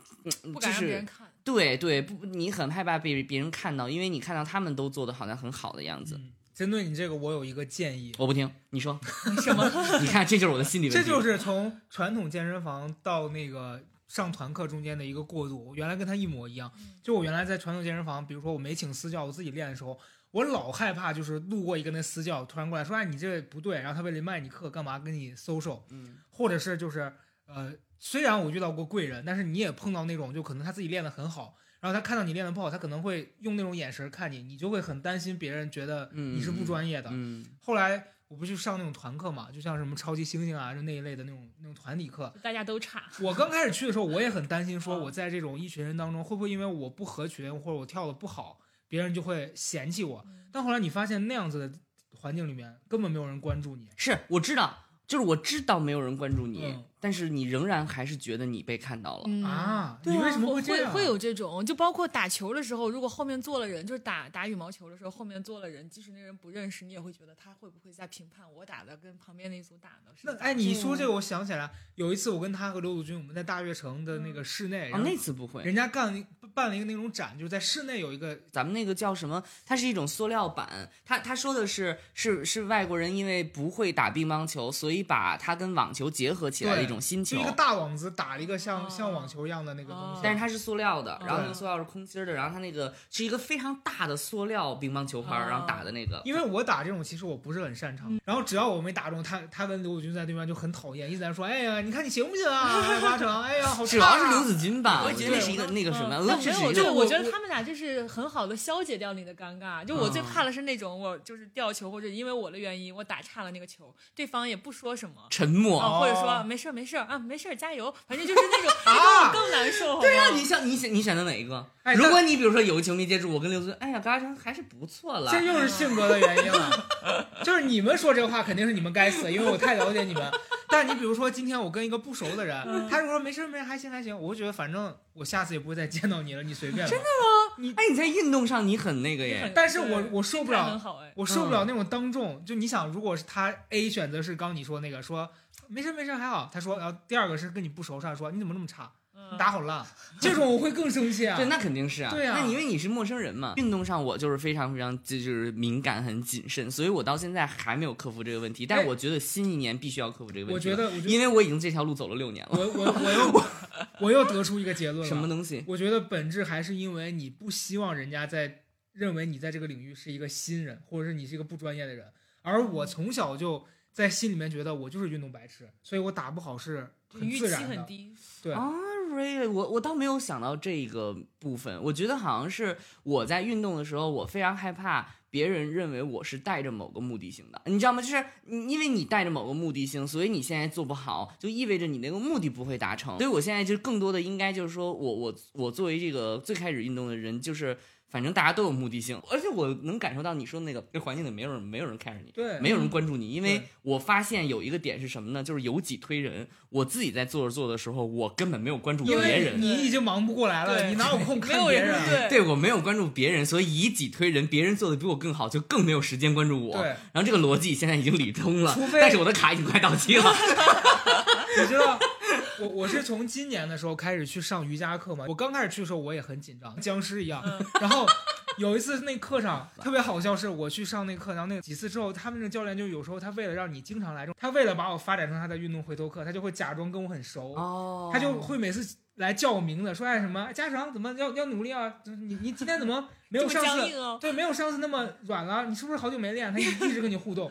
[SPEAKER 4] 不
[SPEAKER 3] 就
[SPEAKER 4] 敢让
[SPEAKER 3] 是
[SPEAKER 4] 别人看。
[SPEAKER 3] 对对，不，你很害怕被别人看到，因为你看到他们都做的好像很好的样子。
[SPEAKER 2] 嗯针对你这个，我有一个建议，
[SPEAKER 3] 我不听，你说什么？你看，这就是我的心理问题。
[SPEAKER 2] 这就是从传统健身房到那个上团课中间的一个过渡。我原来跟他一模一样，就我原来在传统健身房，比如说我没请私教，我自己练的时候，我老害怕就是路过一个那私教突然过来说，哎，你这不对，然后他为了卖你课干嘛跟你搜售，
[SPEAKER 3] 嗯
[SPEAKER 2] 或者是就是呃，虽然我遇到过贵人，但是你也碰到那种就可能他自己练得很好。然后他看到你练得不好，他可能会用那种眼神看你，你就会很担心别人觉得你是不专业的。
[SPEAKER 3] 嗯
[SPEAKER 2] 后来我不去上那种团课嘛，就像什么超级猩猩啊，就那一类的那种那种团体课。
[SPEAKER 4] 大家都差，
[SPEAKER 2] 我刚开始去的时候，我也很担心，说
[SPEAKER 4] 啊
[SPEAKER 2] 我在这种一群人当中，会不会因为我不合群或者我跳的不好，别人就会嫌弃我。
[SPEAKER 4] 嗯
[SPEAKER 2] 但后来你发现那样子的环境里面，根本没有人关注你。
[SPEAKER 3] 是我知道，就是我知道没有人关注你，
[SPEAKER 2] 嗯
[SPEAKER 3] 但是你仍然还是觉得你被看到了。
[SPEAKER 4] 嗯
[SPEAKER 2] 啊，
[SPEAKER 3] 对啊
[SPEAKER 2] 你为什么
[SPEAKER 4] 我
[SPEAKER 2] 这
[SPEAKER 4] 会
[SPEAKER 2] 样？
[SPEAKER 4] 会有这种，就包括打球的时候，如果后面坐了人，就是打打羽毛球的时候，后面坐了人，即使那人不认识，你也会觉得他会不会在评判我打的跟旁边那一组打的是
[SPEAKER 2] 那
[SPEAKER 4] 咋
[SPEAKER 2] 哎，你说这
[SPEAKER 4] 样
[SPEAKER 2] 个，我想起来，有一次我跟他和刘祖军，我们在大悦城的
[SPEAKER 4] 嗯
[SPEAKER 2] 那个室
[SPEAKER 4] 哦
[SPEAKER 2] 内，
[SPEAKER 3] 啊，
[SPEAKER 2] 然后
[SPEAKER 3] 那次不会，
[SPEAKER 2] 人家干了一办了一个那种展，就是在室内有一个
[SPEAKER 3] 咱们那个叫什么？它是一种塑料板。他他说的是是是外国人因为不会打乒乓球，所以把它跟网球结合起来的
[SPEAKER 2] 对
[SPEAKER 3] 一种新
[SPEAKER 2] 就
[SPEAKER 3] 球
[SPEAKER 2] 一。个大网子打了一个像、
[SPEAKER 4] 哦
[SPEAKER 2] 像网球一样的那个东西，
[SPEAKER 3] 但是它是塑料的，然后那个
[SPEAKER 2] 嗯对
[SPEAKER 3] 塑料是空心儿的，然后它那个是一个非常大的塑料乒乓球拍儿，
[SPEAKER 4] 哦
[SPEAKER 3] 然后打的那个。
[SPEAKER 2] 因为我打这种其实我不是很擅长，然后只要我没打中，他他跟刘子君在对面就很讨厌，一直在说，哎呀，你看你行不行啊，哎八成，哎呀，好
[SPEAKER 3] 主
[SPEAKER 2] 差啊、
[SPEAKER 3] 要是刘子君吧，
[SPEAKER 4] 对
[SPEAKER 3] 我觉得那是一个
[SPEAKER 4] 我
[SPEAKER 3] 那个什么，
[SPEAKER 4] 嗯但
[SPEAKER 3] 俄
[SPEAKER 4] 没
[SPEAKER 3] 是
[SPEAKER 4] 有，
[SPEAKER 3] 一
[SPEAKER 4] 就
[SPEAKER 3] 个
[SPEAKER 4] 是
[SPEAKER 3] 我
[SPEAKER 4] 我觉得他们俩就是很好的消解掉你的尴尬。就我最
[SPEAKER 2] 嗯
[SPEAKER 4] 怕的是那种我就是掉球，或者因为我的原因我打差了那个球，对方也不说什么。
[SPEAKER 3] 沉默。
[SPEAKER 4] 啊，或者说
[SPEAKER 2] 哦
[SPEAKER 4] 没事儿没事儿啊，没事儿加油，反正就是那种那
[SPEAKER 2] 啊
[SPEAKER 4] 种更难受。
[SPEAKER 3] 对
[SPEAKER 4] 呀
[SPEAKER 3] 啊，，你像你选你选的哪一个？
[SPEAKER 2] 哎
[SPEAKER 3] 如
[SPEAKER 2] 但
[SPEAKER 3] 果你比如说有个球迷接触，我跟刘子君，哎呀，嘎成还是不错了。
[SPEAKER 2] 这就是性格的原因了。 就是你们说这话肯定是你们该死，因为我太了解你们。但你比如说，今天我跟一个不熟的人，他如果说没事儿没事儿还行还行，我就觉得反正我下次也不会再见到你了，你随便吧。真的？
[SPEAKER 3] 哎，你在运动上你很那个
[SPEAKER 4] 你
[SPEAKER 3] 耶
[SPEAKER 4] 很，
[SPEAKER 2] 但是
[SPEAKER 4] 对
[SPEAKER 2] 我我受不
[SPEAKER 4] 心态很
[SPEAKER 2] 了，
[SPEAKER 4] 好哎，
[SPEAKER 2] 我受不了那种当众。就你想，如果是他 A 选择是刚你说那个说没事儿没事儿还好，他说，然后第二个是跟你不熟上来说你怎么那么差，
[SPEAKER 4] 嗯
[SPEAKER 2] 你打好烂， 这种我会更生气啊。
[SPEAKER 3] 对，那肯定是啊。
[SPEAKER 2] 对啊
[SPEAKER 3] 那你因为你是陌生人嘛，运动上我就是非常非常就是敏感很谨慎，所以我到现在还没有克服这个问题。但是我觉得新一年必须要克服这个问题。
[SPEAKER 2] 我觉，得，我觉得
[SPEAKER 3] 因为我已经这条路走了六年了，
[SPEAKER 2] 我我我又我又得出一个结论了，
[SPEAKER 3] 什么东西？
[SPEAKER 2] 我觉得本质还是因为你不希望人家在认为你在这个领域是一个新人，或者是你是一个不专业的人。而我从小就在心里面觉得我就是运动白痴，所以我打不好是很
[SPEAKER 4] 预期
[SPEAKER 2] 自然
[SPEAKER 4] 很
[SPEAKER 2] 的。
[SPEAKER 4] 低，
[SPEAKER 2] 对，
[SPEAKER 3] 啊，really，我我倒没有想到这个部分。我觉得好像是我在运动的时候，我非常害怕别人认为我是带着某个目的性的，你知道吗？就是你因为你带着某个目的性，所以你现在做不好，就意味着你那个目的不会达成。所以我现在就更多的应该就是说我我我作为这个最开始运动的人，就是。反正大家都有目的性，而且我能感受到你说那个这环境里没有人没有人看着 你，
[SPEAKER 2] 对
[SPEAKER 3] 没有人关注你，因为
[SPEAKER 2] 对
[SPEAKER 3] 我发现有一个点是什么呢？就是由己推人。我自己在做着做着的时候，我根本没有关注别
[SPEAKER 2] 因为
[SPEAKER 3] 人，
[SPEAKER 2] 你已经忙不过来了，
[SPEAKER 4] 对
[SPEAKER 2] 你哪有空
[SPEAKER 4] 没
[SPEAKER 2] 看
[SPEAKER 4] 有
[SPEAKER 2] 别
[SPEAKER 4] 人
[SPEAKER 2] 人啊？
[SPEAKER 4] 对
[SPEAKER 3] 对我没有关注别人，所以以己推人，别人做的比我更好，就更没有时间关注我。
[SPEAKER 2] 对，
[SPEAKER 3] 然后这个逻辑现在已经理通了
[SPEAKER 2] 除，非
[SPEAKER 3] 但是我的卡已经快到期了。
[SPEAKER 2] 你知道，我我是从今年的时候开始去上瑜伽课嘛。我刚开始去的时候我也很紧张，僵尸一样。
[SPEAKER 4] 嗯
[SPEAKER 2] 然后有一次那课上特别好笑，是我去上那课，然后那几次之后，他们那个教练就有时候他为了让你经常来，他为了把我发展成他的运动回头客，他就会假装跟我很熟，
[SPEAKER 3] 哦
[SPEAKER 2] 他就会每次。来叫我名字，说哎什么家长怎么要要努力啊？就是你你今天怎么没有
[SPEAKER 4] 这么
[SPEAKER 2] 上
[SPEAKER 4] 僵
[SPEAKER 2] 次
[SPEAKER 4] 硬哦，
[SPEAKER 2] 对，没有上次那么软了。你是不是好久没练？他一一直跟你互动。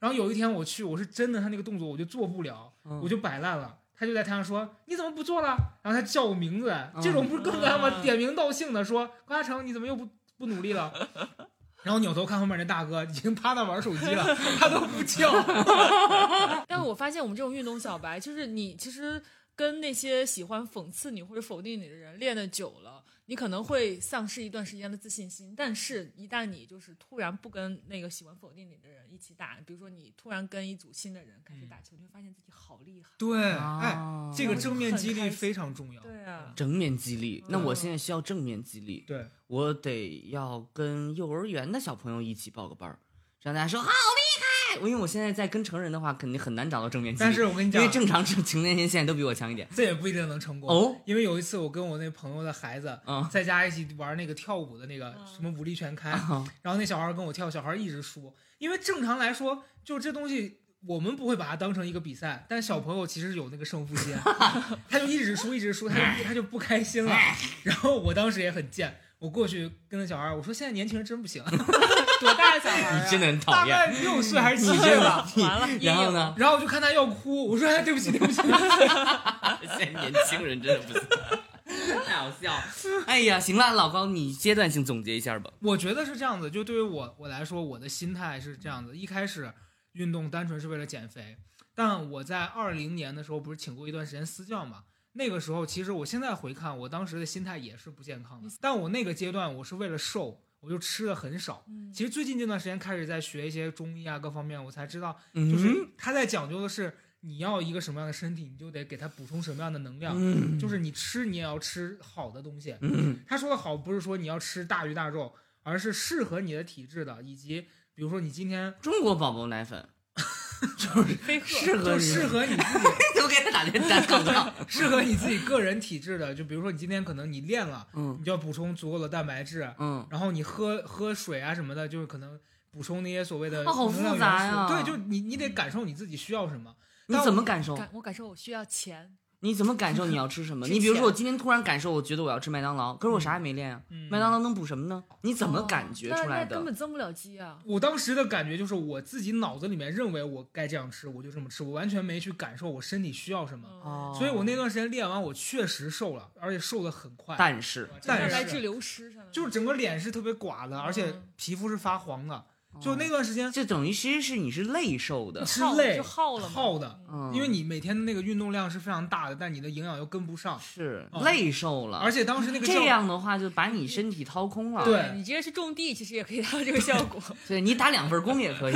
[SPEAKER 2] 然后有一天我去，我是真的，他那个动作我就做不了，
[SPEAKER 3] 嗯
[SPEAKER 2] 我就摆烂了。他就在台上说：“你怎么不做了？”然后他叫我名字，这种不是更他妈
[SPEAKER 4] 嗯
[SPEAKER 2] 点名道姓的说：“高嘉诚，你怎么又不不努力了？” 然后扭头看后面那大哥已经趴那玩手机了，他都不叫。
[SPEAKER 4] 但我发现我们这种运动小白，就是你其实跟那些喜欢讽刺你或者否定你的人练的久了，你可能会丧失一段时间的自信心。但是，一旦你就是突然不跟那个喜欢否定你的人一起打，比如说你突然跟一组新的人开
[SPEAKER 2] 嗯
[SPEAKER 4] 始打球，你会发现自己好厉害。
[SPEAKER 2] 对， 哎，
[SPEAKER 3] 哦
[SPEAKER 2] 这个正面
[SPEAKER 4] 很
[SPEAKER 2] 激
[SPEAKER 4] 开
[SPEAKER 2] 励
[SPEAKER 4] 心
[SPEAKER 2] 非常重要。
[SPEAKER 4] 对啊，
[SPEAKER 3] 正面激励。那我
[SPEAKER 4] 嗯
[SPEAKER 3] 现在需要正面激励，
[SPEAKER 2] 对，
[SPEAKER 3] 我得要跟幼儿园的小朋友一起报个班儿，让大家说好厉我因为我现在在跟成人的话，肯定很难找到正面激励。
[SPEAKER 2] 但是我跟你
[SPEAKER 3] 因
[SPEAKER 2] 讲
[SPEAKER 3] 为，正常成成年人现在都比我强一点。
[SPEAKER 2] 这也不一定能成功
[SPEAKER 3] 哦。
[SPEAKER 2] 因为有一次我跟我那朋友的孩子
[SPEAKER 3] 嗯
[SPEAKER 2] 在家一起玩那个跳舞的那个
[SPEAKER 4] 嗯
[SPEAKER 2] 什么武力全开，
[SPEAKER 3] 啊
[SPEAKER 2] 然后那小孩跟我跳，小孩一直输，因为正常来说，就这东西我们不会把它当成一个比赛，但小朋友其实有那个胜负心，他就一直输，一直输，他就他就不开心了。然后我当时也很贱，我过去跟那小孩我说：“现在年轻人真不行，
[SPEAKER 4] 多大的小孩
[SPEAKER 3] 你
[SPEAKER 4] 啊？
[SPEAKER 3] 真的很讨
[SPEAKER 2] 大
[SPEAKER 3] 厌。
[SPEAKER 2] 概六岁还是七
[SPEAKER 3] 你
[SPEAKER 2] 岁
[SPEAKER 3] 真
[SPEAKER 2] 吧。
[SPEAKER 3] 的，你
[SPEAKER 4] 完了阴影
[SPEAKER 3] 然后呢？
[SPEAKER 2] 然后我就看他要哭，我说：“哎，对不起，对不起。
[SPEAKER 3] 现在年轻人真的不行，太好笑了。哎呀，行了，老高，你阶段性总结一下吧”。
[SPEAKER 2] 我觉得是这样子，就对于我我来说，我的心态是这样子：一开始运动单纯是为了减肥，但我在二零年的时候不是请过一段时间私教嘛？那个时候其实我现在回看，我当时的心态也是不健康的，但我那个阶段我是为了瘦，我就吃的很少。
[SPEAKER 4] 嗯
[SPEAKER 2] 其实最近这段时间开始在学一些中医啊各方面，我才知道，就
[SPEAKER 3] 嗯
[SPEAKER 2] 是他在讲究的是你要一个什么样的身体，你就得给他补充什么样的能量，
[SPEAKER 3] 嗯，
[SPEAKER 2] 就是你吃你也要吃好的东西。
[SPEAKER 3] 嗯
[SPEAKER 2] 他说的好，不是说你要吃大鱼大肉，而是适合你的体质的，以及比如说你今天
[SPEAKER 3] 中国宝宝奶粉
[SPEAKER 4] 飞鹤
[SPEAKER 3] 适合
[SPEAKER 2] 就
[SPEAKER 3] 你，
[SPEAKER 2] 适 合你自己，
[SPEAKER 3] 我给他打电打广 告。
[SPEAKER 2] 适合你自己个人体质的。就比如说你今天可能你练了，
[SPEAKER 3] 嗯
[SPEAKER 2] 你就要补充足够的蛋白质，
[SPEAKER 3] 嗯，
[SPEAKER 2] 然后你喝喝水啊什么的，就是可能补充那些所谓的
[SPEAKER 3] 哦好复
[SPEAKER 2] 能量元素。
[SPEAKER 3] 杂呀
[SPEAKER 2] 对，就你你得感受你自己需要什么。
[SPEAKER 3] 你怎么感受？
[SPEAKER 4] 感我感受我需要钱，
[SPEAKER 3] 你怎么感受你要吃什么？
[SPEAKER 4] 之
[SPEAKER 3] 你比如
[SPEAKER 4] 前
[SPEAKER 3] 说，我今天突然感受，我觉得我要吃麦当劳，可是我啥也没练啊。
[SPEAKER 2] 嗯
[SPEAKER 3] 麦当劳能补什么呢？你怎么
[SPEAKER 4] 哦
[SPEAKER 3] 感觉
[SPEAKER 4] 那
[SPEAKER 3] 出来
[SPEAKER 4] 那根
[SPEAKER 3] 的？
[SPEAKER 4] 本增不了肌啊！
[SPEAKER 2] 我当时的感觉就是我自己脑子里面认为我该这样吃，我就这么吃，我完全没去感受我身体需要什么。
[SPEAKER 4] 嗯，
[SPEAKER 3] 哦，
[SPEAKER 2] 所以我那段时间练完，我确实瘦了，而且瘦的很快。
[SPEAKER 3] 但是
[SPEAKER 2] 但
[SPEAKER 4] 蛋
[SPEAKER 2] 是
[SPEAKER 4] 白质流失上面
[SPEAKER 2] 就是整个脸是特别寡的，而且
[SPEAKER 4] 嗯
[SPEAKER 2] 皮肤是发黄的。就
[SPEAKER 3] 哦
[SPEAKER 2] 那段时间
[SPEAKER 3] 就等于其实是你是累瘦的，
[SPEAKER 2] 是
[SPEAKER 4] 耗
[SPEAKER 2] 累
[SPEAKER 4] 就耗了嘛
[SPEAKER 2] 耗的，
[SPEAKER 3] 嗯，
[SPEAKER 2] 因为你每天的那个运动量是非常大的，但你的营养又跟不上，
[SPEAKER 3] 是
[SPEAKER 2] 哦
[SPEAKER 3] 累瘦了，
[SPEAKER 2] 而且当时那个教
[SPEAKER 3] 这样的话就把你身体掏空了。
[SPEAKER 2] 对
[SPEAKER 4] 你直接是种地，其实也可以达到这个效果。
[SPEAKER 3] 对你打两份工也 可以。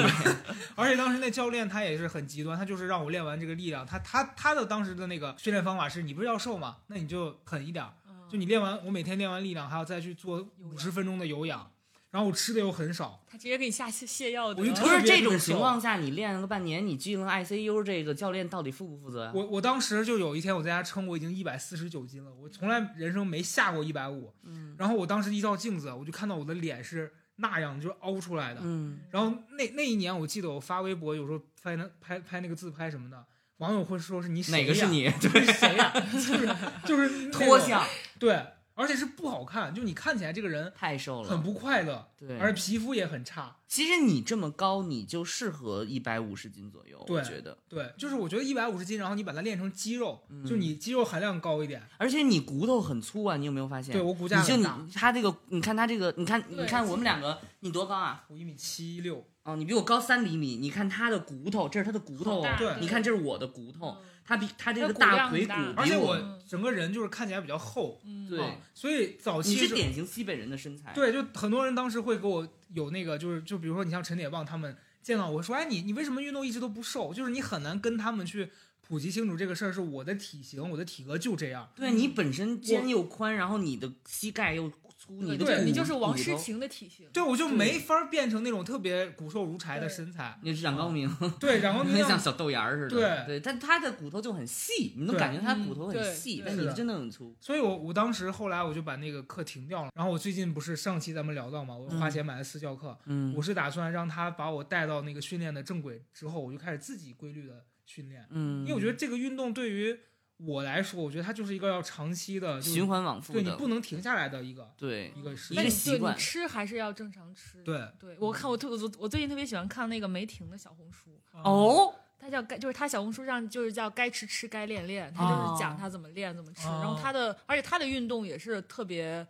[SPEAKER 2] 而且当时那教练他也是很极端，他就是让我练完这个力量，他他他的当时的那个训练方法是，你不是要瘦吗？那你就狠一点儿，
[SPEAKER 3] 嗯
[SPEAKER 4] 嗯
[SPEAKER 2] 就你练完，我每天练完力量还要再去做
[SPEAKER 4] 有氧
[SPEAKER 2] 五十分钟的有氧，然后我吃的又很少，
[SPEAKER 4] 他直接给你下泻泻药的，
[SPEAKER 2] 我就
[SPEAKER 3] 不
[SPEAKER 2] 特
[SPEAKER 3] 是
[SPEAKER 2] 别
[SPEAKER 3] 这种
[SPEAKER 2] 特别瘦
[SPEAKER 3] 情况下，你练了个半年，你进了 ICU，这个教练到底负不负责啊呀？
[SPEAKER 2] 我我当时就有一天我在家称我已经一百四十九斤了，我从来人生没下过一百五。
[SPEAKER 3] 嗯
[SPEAKER 2] 然后我当时一照镜子，我就看到我的脸是那样，就是凹出来的。
[SPEAKER 3] 嗯，
[SPEAKER 2] 然后那那一年我记得我发微博，有时候拍那拍拍那个自拍什么的，网友会说是你谁呀
[SPEAKER 3] 哪个是？ 你？
[SPEAKER 2] 你是谁呀？就是就是那种
[SPEAKER 3] 脱相
[SPEAKER 2] 对，而且是不好看，就你看起来这个人
[SPEAKER 3] 太瘦
[SPEAKER 2] 很
[SPEAKER 3] 了。
[SPEAKER 2] 不快乐，
[SPEAKER 3] 对，
[SPEAKER 2] 而且皮肤也很差。
[SPEAKER 3] 其实你这么高，你就适合一百五十斤左右，
[SPEAKER 2] 对
[SPEAKER 3] 我觉得。
[SPEAKER 2] 对，就是我觉得一百五十斤，然后你把它练成肌肉，
[SPEAKER 3] 嗯
[SPEAKER 2] 就你肌肉含量高一点。
[SPEAKER 3] 而且你骨头很粗啊，你有没有发现？
[SPEAKER 2] 对我骨架
[SPEAKER 3] 你就
[SPEAKER 2] 很
[SPEAKER 3] 你
[SPEAKER 2] 大，
[SPEAKER 3] 他这个，你看他这个，你看
[SPEAKER 4] 对
[SPEAKER 3] 你看我们两个，你多高啊？
[SPEAKER 2] 我一米七六。
[SPEAKER 3] 哦，你比我高三厘米，你看他的骨头，这是他的骨头
[SPEAKER 4] 好大
[SPEAKER 3] 啊，
[SPEAKER 2] 对
[SPEAKER 3] 你看这是我的骨头，
[SPEAKER 4] 嗯
[SPEAKER 3] 他比他这
[SPEAKER 4] 他
[SPEAKER 3] 个
[SPEAKER 4] 骨
[SPEAKER 3] 大
[SPEAKER 4] 量
[SPEAKER 3] 腿骨
[SPEAKER 4] 大
[SPEAKER 2] 而
[SPEAKER 3] 比
[SPEAKER 2] 且
[SPEAKER 3] 我
[SPEAKER 2] 我整个人就是看起来比较厚，
[SPEAKER 4] 嗯
[SPEAKER 3] 对
[SPEAKER 2] 啊所以早
[SPEAKER 3] 你
[SPEAKER 2] 期
[SPEAKER 3] 是典型西北人的身材，，
[SPEAKER 2] 对，就很多人当时会给我有那个，就是就比如说你像陈铁棒他们见到我说，哎，你你为什么运动一直都不瘦？就是你很难跟他们去普及清楚这个事儿，是我的体型，我的体格就这样。
[SPEAKER 3] 对
[SPEAKER 4] 嗯
[SPEAKER 3] 你本身肩又宽，然后你的膝盖又粗，
[SPEAKER 4] 对
[SPEAKER 3] 的
[SPEAKER 2] 对
[SPEAKER 3] 骨
[SPEAKER 4] 你就是王
[SPEAKER 3] 骨
[SPEAKER 4] 诗
[SPEAKER 3] 头，
[SPEAKER 4] 晴的体型，
[SPEAKER 2] 对，我就没法儿变成那种特别骨瘦如柴的身材。
[SPEAKER 3] 你是冉高明，
[SPEAKER 2] 对， 然后你
[SPEAKER 3] 很像
[SPEAKER 2] 像
[SPEAKER 3] 小豆芽儿似的，对，但他的骨头就很细，你能
[SPEAKER 2] 对
[SPEAKER 3] 感觉他
[SPEAKER 4] 嗯
[SPEAKER 3] 骨头很
[SPEAKER 4] 对
[SPEAKER 3] 细
[SPEAKER 4] 对，
[SPEAKER 3] 但
[SPEAKER 2] 是
[SPEAKER 3] 你
[SPEAKER 2] 的
[SPEAKER 3] 真的很粗，
[SPEAKER 2] 所以我我当时后来我就把那个课停掉了。然后我最近不是上期咱们聊到嘛，我花钱买的私教课，
[SPEAKER 3] 嗯
[SPEAKER 2] 我是打算让他把我带到那个训练的正轨之后，我就开始自己规律的训练。
[SPEAKER 3] 嗯，
[SPEAKER 2] 因为我觉得这个运动对于我来说，我觉得它就是一个要长期的就是
[SPEAKER 3] 循环往复
[SPEAKER 2] 对你
[SPEAKER 3] 的，
[SPEAKER 2] 不能停下来的一个
[SPEAKER 3] 对，
[SPEAKER 2] 一个事
[SPEAKER 3] 一个
[SPEAKER 4] 但
[SPEAKER 2] 情。
[SPEAKER 3] 习惯
[SPEAKER 4] 对你吃还是要正常吃。
[SPEAKER 2] 对，
[SPEAKER 4] 对我看我特我我最近特别喜欢看那个梅婷的小红书，
[SPEAKER 3] 哦，
[SPEAKER 4] 她叫该就是她小红书上就是叫该吃吃该练练，她就是讲
[SPEAKER 3] 哦
[SPEAKER 4] 她怎么练怎么吃，
[SPEAKER 2] 哦
[SPEAKER 4] 然后她的而且她的运动也是特别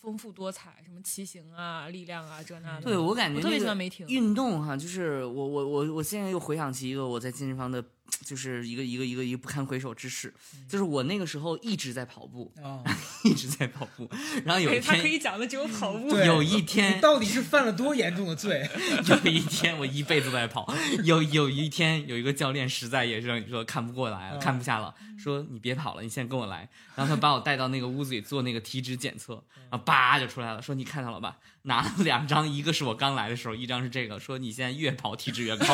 [SPEAKER 4] 丰富多彩，什么骑行啊、力量啊这那的。
[SPEAKER 3] 对我感觉
[SPEAKER 4] 我特别
[SPEAKER 3] 那
[SPEAKER 4] 喜
[SPEAKER 3] 个
[SPEAKER 4] 欢梅婷。
[SPEAKER 3] 运动哈，就是我我我我现在又回想起一个我在健身房的就是一个一个一个一个不堪回首之事。就是我那个时候一直在跑步，
[SPEAKER 2] 啊，
[SPEAKER 3] 一直在跑步，然后有一
[SPEAKER 4] 哎他可
[SPEAKER 3] 天
[SPEAKER 4] 以讲的只有跑步。
[SPEAKER 2] 对
[SPEAKER 3] 有一 天
[SPEAKER 2] 你到底是犯了多严重的罪？
[SPEAKER 3] 有一天我一辈子都在跑，有有一天有一个教练实在也是说看不过来了，
[SPEAKER 2] 嗯
[SPEAKER 3] 看不下了，说你别跑了，你现在跟我来。然后他把我带到那个屋子里做那个体脂检 测，然后叭就出来了，说你看到了吧？拿了两张，一个是我刚来的时候，一张是这个，说你现在越跑体脂越高。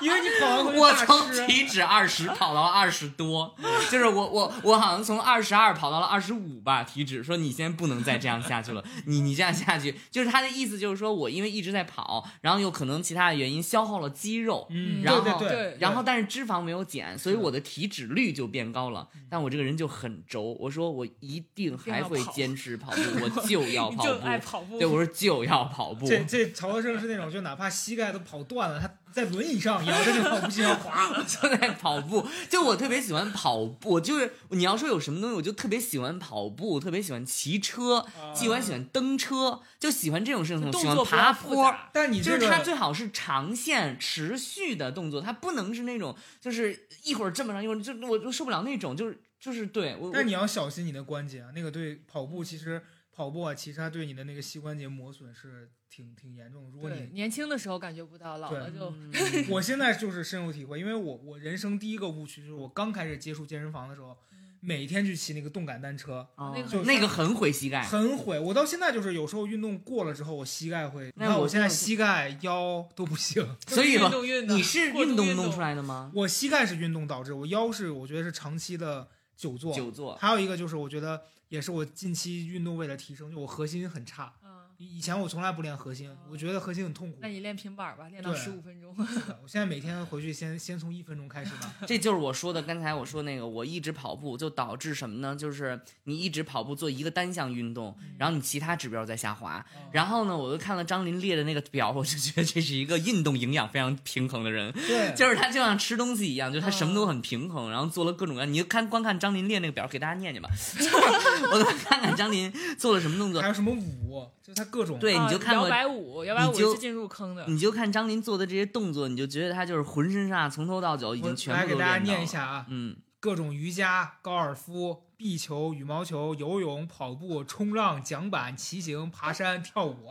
[SPEAKER 2] 因为你跑完回去
[SPEAKER 3] 我
[SPEAKER 2] 大
[SPEAKER 3] 从
[SPEAKER 2] 吃
[SPEAKER 3] 体脂二十跑到了二十多，就是我我我好像从二十二跑到了二十五吧，体脂说你先不能再这样下去了，你你这样下去，就是他的意思就是说我因为一直在跑，然后有可能其他的原因消耗了肌肉，
[SPEAKER 2] 嗯，
[SPEAKER 3] 然后
[SPEAKER 2] 对对
[SPEAKER 4] 对
[SPEAKER 3] 然后但是脂肪没有减，所以我的体脂率就变高了，但我这个人就很轴，我说我一定还会坚持跑步，我就要嗯
[SPEAKER 4] 你
[SPEAKER 3] 跑
[SPEAKER 4] 就爱
[SPEAKER 3] 步，
[SPEAKER 4] 跑步，
[SPEAKER 3] 对我说就要跑步，
[SPEAKER 2] 这这曹德胜是那种，就哪怕膝盖都跑断了，他在轮椅上也要在那跑步机上 滑。
[SPEAKER 3] 就在跑步，就我特别喜欢跑步，我就是你要说有什么东西，我就特别喜欢跑步，特别喜欢骑车，喜欢喜欢蹬车，就喜欢这种事情，
[SPEAKER 4] 啊动
[SPEAKER 3] 喜欢
[SPEAKER 4] 作不要
[SPEAKER 3] 爬
[SPEAKER 4] 复
[SPEAKER 3] 坡。
[SPEAKER 4] 杂。
[SPEAKER 2] 但你
[SPEAKER 3] 就
[SPEAKER 2] 这
[SPEAKER 3] 是它
[SPEAKER 2] 个
[SPEAKER 3] 最好是长线持续的动作，它不能是那种就是一会儿这么长，一会儿就我就受不了那种，就是就是对我。
[SPEAKER 2] 但你要小心你的关节啊，那个对跑步其实跑步啊，其实它对你的那个膝关节磨损是挺挺严重的。如果
[SPEAKER 4] 对，
[SPEAKER 2] 你
[SPEAKER 4] 年轻的时候感觉不到，老
[SPEAKER 2] 对
[SPEAKER 4] 了就
[SPEAKER 3] 嗯
[SPEAKER 2] 我现在就是深有体会，因为我我人生第一个误区就是我刚开始接触健身房的时候，
[SPEAKER 3] 嗯
[SPEAKER 2] 每天去骑那个动感单车，
[SPEAKER 3] 哦
[SPEAKER 4] 那个
[SPEAKER 2] 很
[SPEAKER 3] 那个很毁膝盖，
[SPEAKER 2] 很毁。我到现在就是有时候运动过了之后，我膝盖会，
[SPEAKER 3] 那
[SPEAKER 2] 你看
[SPEAKER 3] 我
[SPEAKER 2] 我现在
[SPEAKER 3] 这样
[SPEAKER 2] 膝盖腰都不行，
[SPEAKER 3] 所以
[SPEAKER 4] 运
[SPEAKER 3] 吧
[SPEAKER 4] 动运动，
[SPEAKER 3] 你是
[SPEAKER 4] 过度
[SPEAKER 3] 运动
[SPEAKER 4] 运
[SPEAKER 3] 弄
[SPEAKER 4] 动
[SPEAKER 3] 出来的吗？
[SPEAKER 2] 我膝盖是运动导致，我腰是我觉得是长期的久坐，
[SPEAKER 3] 久坐，
[SPEAKER 2] 还有一个就是，我觉得也是我近期运动为了提升，就我核心很差。
[SPEAKER 4] 嗯，
[SPEAKER 2] 以以前我从来不练核心，我觉得核心很痛苦。
[SPEAKER 3] 哎
[SPEAKER 4] 那你练平板儿吧，练到
[SPEAKER 2] 对
[SPEAKER 4] 十五分钟。
[SPEAKER 2] 我现在每天回去先先从一分钟开始 吧。
[SPEAKER 3] 这就是我说的，刚才我说那个，我一直跑步就导致什么呢？就是你一直跑步做一个单项运动，
[SPEAKER 2] 嗯
[SPEAKER 3] 然后你其他指标在下滑。然后呢，我又看了张琳列的那个表，我就觉得这是一个运动营养非常平衡的人，
[SPEAKER 2] 对，
[SPEAKER 3] 就是他就像吃东西一样，就是他什么都很平衡，然后做了各种各样。你就看光看张琳列那个表，给大家念念吧， 我再看看张琳做了什么动作
[SPEAKER 2] 还。有什么舞，就它各种。
[SPEAKER 3] 对，你就看
[SPEAKER 4] 啊摇
[SPEAKER 2] 哦
[SPEAKER 3] 我
[SPEAKER 4] 摆舞，摇摆舞
[SPEAKER 3] 你就是
[SPEAKER 4] 进入坑 的。
[SPEAKER 3] 你就看张琳做的这些动作，你就觉得他就是浑身上下从头到脚已
[SPEAKER 2] 我
[SPEAKER 3] 经全
[SPEAKER 2] 来
[SPEAKER 3] 部
[SPEAKER 2] 给
[SPEAKER 3] 都
[SPEAKER 2] 大家
[SPEAKER 3] 练到
[SPEAKER 2] 念一
[SPEAKER 3] 了。
[SPEAKER 2] 下啊，
[SPEAKER 3] 嗯，
[SPEAKER 2] 各种瑜伽、高尔夫、壁球、羽毛球、游泳、跑步、冲浪、桨板、骑行、爬山、跳 舞。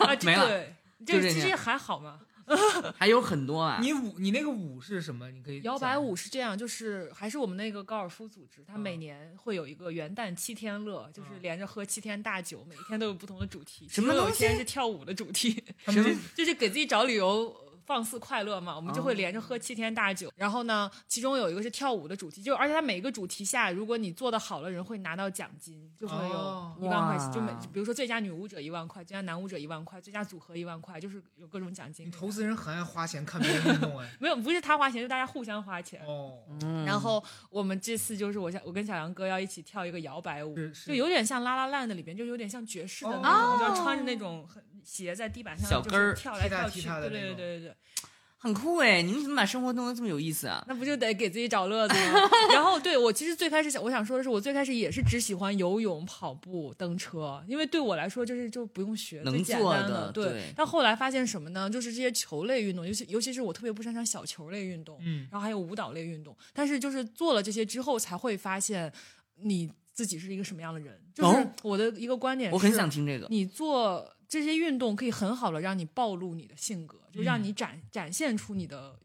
[SPEAKER 4] 啊，这
[SPEAKER 3] 没了
[SPEAKER 4] 对，
[SPEAKER 3] 就
[SPEAKER 4] 这
[SPEAKER 3] 这
[SPEAKER 4] 其
[SPEAKER 3] 样
[SPEAKER 4] 实还好嘛。
[SPEAKER 3] 还有很多啊。
[SPEAKER 2] 你舞，你那个舞是什么？你可以
[SPEAKER 4] 摇
[SPEAKER 2] 讲
[SPEAKER 4] 摆舞是这样，就是还是我们那个高尔夫组织，它
[SPEAKER 2] 嗯
[SPEAKER 4] 每年会有一个元旦七天乐，就是
[SPEAKER 2] 嗯
[SPEAKER 4] 连着喝七天大酒，每一天都有不同的主题。
[SPEAKER 3] 什么
[SPEAKER 4] 其中有
[SPEAKER 3] 东
[SPEAKER 4] 一
[SPEAKER 3] 西
[SPEAKER 4] 天是跳舞的主题，
[SPEAKER 2] 他们这
[SPEAKER 4] 就是给自己找理由呃放肆快乐嘛。我们就
[SPEAKER 3] 哦
[SPEAKER 4] 会连着喝七天大酒，然后呢，其中有一个是跳舞的主题，就而且它每一个主题下，如果你做的好了，人会拿到奖金，就会有
[SPEAKER 2] 哦
[SPEAKER 4] 一万块钱，就每
[SPEAKER 3] 哇
[SPEAKER 4] 就比如说最佳女舞者一万块，最佳男舞者一万块，最佳组合一万块，就是有各种奖金
[SPEAKER 2] 你。投资人很爱花钱看别人运动哎。
[SPEAKER 4] 没有，不是他花钱，是大家互相花钱。
[SPEAKER 2] 哦，
[SPEAKER 3] 嗯
[SPEAKER 4] 然后我们这次就是我想我跟小杨哥要一起跳一个摇摆舞，
[SPEAKER 2] 是是
[SPEAKER 4] 就有点像《拉拉烂》的里边，就有点像爵士的
[SPEAKER 2] 哦
[SPEAKER 4] 那种，就要穿着那种很鞋在地板上
[SPEAKER 3] 小跟儿
[SPEAKER 4] 就是跳来跳去，
[SPEAKER 2] 踢踏踢踏的
[SPEAKER 4] 对对
[SPEAKER 2] 那
[SPEAKER 4] 对
[SPEAKER 2] 种
[SPEAKER 4] 对对，
[SPEAKER 3] 很酷哎！你们怎么把生活弄得这么有意思啊？
[SPEAKER 4] 那不就得给自己找乐子 吗？然后对我其实最开始想我想说的是，我最开始也是只喜欢游泳、跑步、蹬车，因为对我来说就是就不用学，
[SPEAKER 3] 能
[SPEAKER 4] 最简
[SPEAKER 3] 做
[SPEAKER 4] 单
[SPEAKER 3] 的
[SPEAKER 4] 对。
[SPEAKER 3] 对
[SPEAKER 4] 但后来发现什么呢？就是这些球类运动，尤其尤其是我特别不擅长小球类运动，
[SPEAKER 2] 嗯，
[SPEAKER 4] 然后还有舞蹈类运动。但是就是做了这些之后，才会发现你自己是一个什么样的人。就是
[SPEAKER 3] 哦
[SPEAKER 4] 我的一个观点是，
[SPEAKER 3] 我很想听这个。
[SPEAKER 4] 你做这些运动，可以很好的让你暴露你的性格，就让
[SPEAKER 2] 嗯
[SPEAKER 4] 你展、展现出你的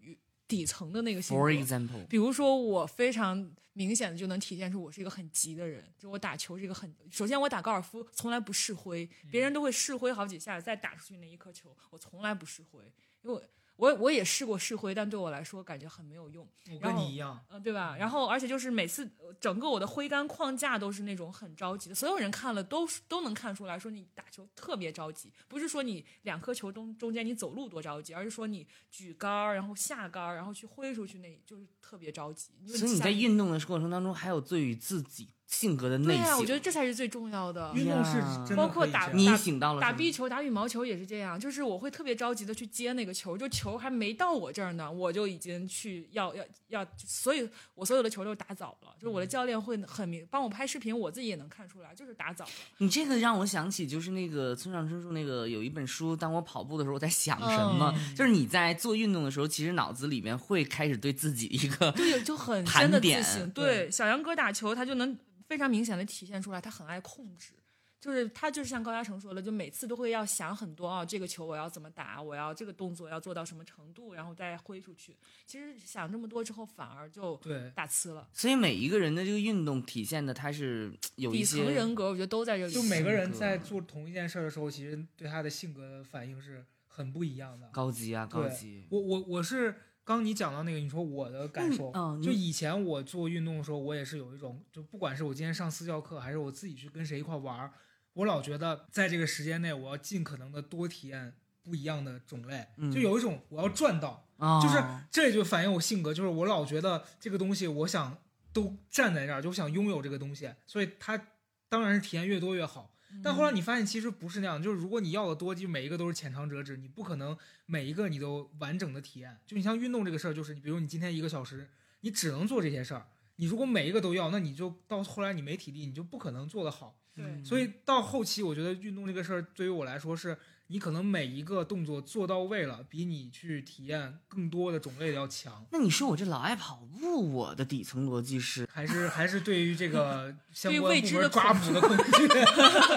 [SPEAKER 4] 底层的那个性
[SPEAKER 3] For
[SPEAKER 4] 格。
[SPEAKER 3] example，
[SPEAKER 4] 比如说，我非常明显的就能体现出我是一个很急的人，就我打球是一个很……首先，我打高尔夫从来不试挥，别人都会试挥好几下再打出去那一颗球，我从来不试挥，因为我我我也试过试挥，但对我来说感觉很没有用。
[SPEAKER 2] 我
[SPEAKER 4] 然
[SPEAKER 2] 跟
[SPEAKER 4] 后
[SPEAKER 2] 你一样。
[SPEAKER 4] 嗯，对吧？然后，而且就是每次呃整个我的挥杆框架都是那种很着急的，所有人看了都是都能看出来说你打球特别着急，不是说你两颗球中中间你走路多着急，而是说你举杆儿，然后下杆儿，然后去挥出去那，就是特别着急。因为
[SPEAKER 3] 所以你
[SPEAKER 4] 下
[SPEAKER 3] 在运动的过程当中，还有对于自己性格的内
[SPEAKER 4] 对
[SPEAKER 3] 省。
[SPEAKER 4] 呀、我觉得这才是最重要的。
[SPEAKER 2] 运动是
[SPEAKER 3] 呀
[SPEAKER 2] 真的
[SPEAKER 4] 包括
[SPEAKER 2] 可以
[SPEAKER 4] 打
[SPEAKER 2] 这样
[SPEAKER 3] 你醒到了
[SPEAKER 4] 打
[SPEAKER 3] 什么
[SPEAKER 4] 壁球、打羽毛球也是这样，就是我会特别着急的去接那个球，就球还没到我这儿呢，我就已经去要要要，所以我所有的球都是打早了，就是我的教练会很明帮我拍视频，我自己也能看出来，就是打早了。
[SPEAKER 3] 你这个让我想起，就是那个村上春树那个有一本书，当我跑步的时候，我在想什么？
[SPEAKER 4] 哦
[SPEAKER 3] 就是你在做运动的时候，其实脑子里面会开始对自己一个
[SPEAKER 4] 对，就很
[SPEAKER 3] 盘
[SPEAKER 4] 真的
[SPEAKER 3] 点
[SPEAKER 4] 自信。
[SPEAKER 2] 对
[SPEAKER 4] 对，小杨哥打球，他就能非常明显的体现出来，他很爱控制。就是他就是像高嘉诚说的，就每次都会要想很多啊，这个球我要怎么打，我要这个动作要做到什么程度，然后再挥出去。其实想这么多之后，反而就
[SPEAKER 2] 对
[SPEAKER 4] 打呲了。
[SPEAKER 3] 所以每一个人的这个运动体现的，他是有一
[SPEAKER 4] 底
[SPEAKER 3] 些
[SPEAKER 4] 层人格，我觉得都在这里。
[SPEAKER 2] 就每个人
[SPEAKER 3] 性格
[SPEAKER 2] 在做同一件事儿的时候，其实对他的性格的反应是很不一样的。
[SPEAKER 3] 高级啊，
[SPEAKER 2] 对
[SPEAKER 3] 高级。
[SPEAKER 2] 我我我是刚你讲到那个，你说我的感受，
[SPEAKER 3] 嗯嗯
[SPEAKER 2] 就
[SPEAKER 3] 你
[SPEAKER 2] 以前我做运动的时候，我也是有一种，就不管是我今天上私教课，还是我自己去跟谁一块玩儿，我老觉得在这个时间内，我要尽可能的多体验不一样的种类，
[SPEAKER 3] 嗯
[SPEAKER 2] 就有一种我要赚到，
[SPEAKER 3] 啊，
[SPEAKER 2] 就是这就反映我性格，就是我老觉得这个东西，我想都站在这儿，就想拥有这个东西，所以它当然是体验越多越好。
[SPEAKER 4] 嗯
[SPEAKER 2] 但后来你发现其实不是那样，就是如果你要的多，就每一个都是浅尝辄止，你不可能每一个你都完整的体验。就你像运动这个事儿，就是你比如你今天一个小时，你只能做这些事儿，你如果每一个都要，那你就到后来你没体力，你就不可能做得好。
[SPEAKER 4] 对
[SPEAKER 2] 所以到后期，我觉得运动这个事儿对于我来说是，你可能每一个动作做到位了，比你去体验更多的种类的要强。
[SPEAKER 3] 那你说我这老爱跑步，我的底层逻辑是
[SPEAKER 2] 还是还是对于这 个相
[SPEAKER 4] 对
[SPEAKER 2] 关
[SPEAKER 4] 未
[SPEAKER 2] 部
[SPEAKER 4] 知
[SPEAKER 2] 门
[SPEAKER 4] 的
[SPEAKER 2] 抓
[SPEAKER 4] 恐
[SPEAKER 2] 捕的恐 惧，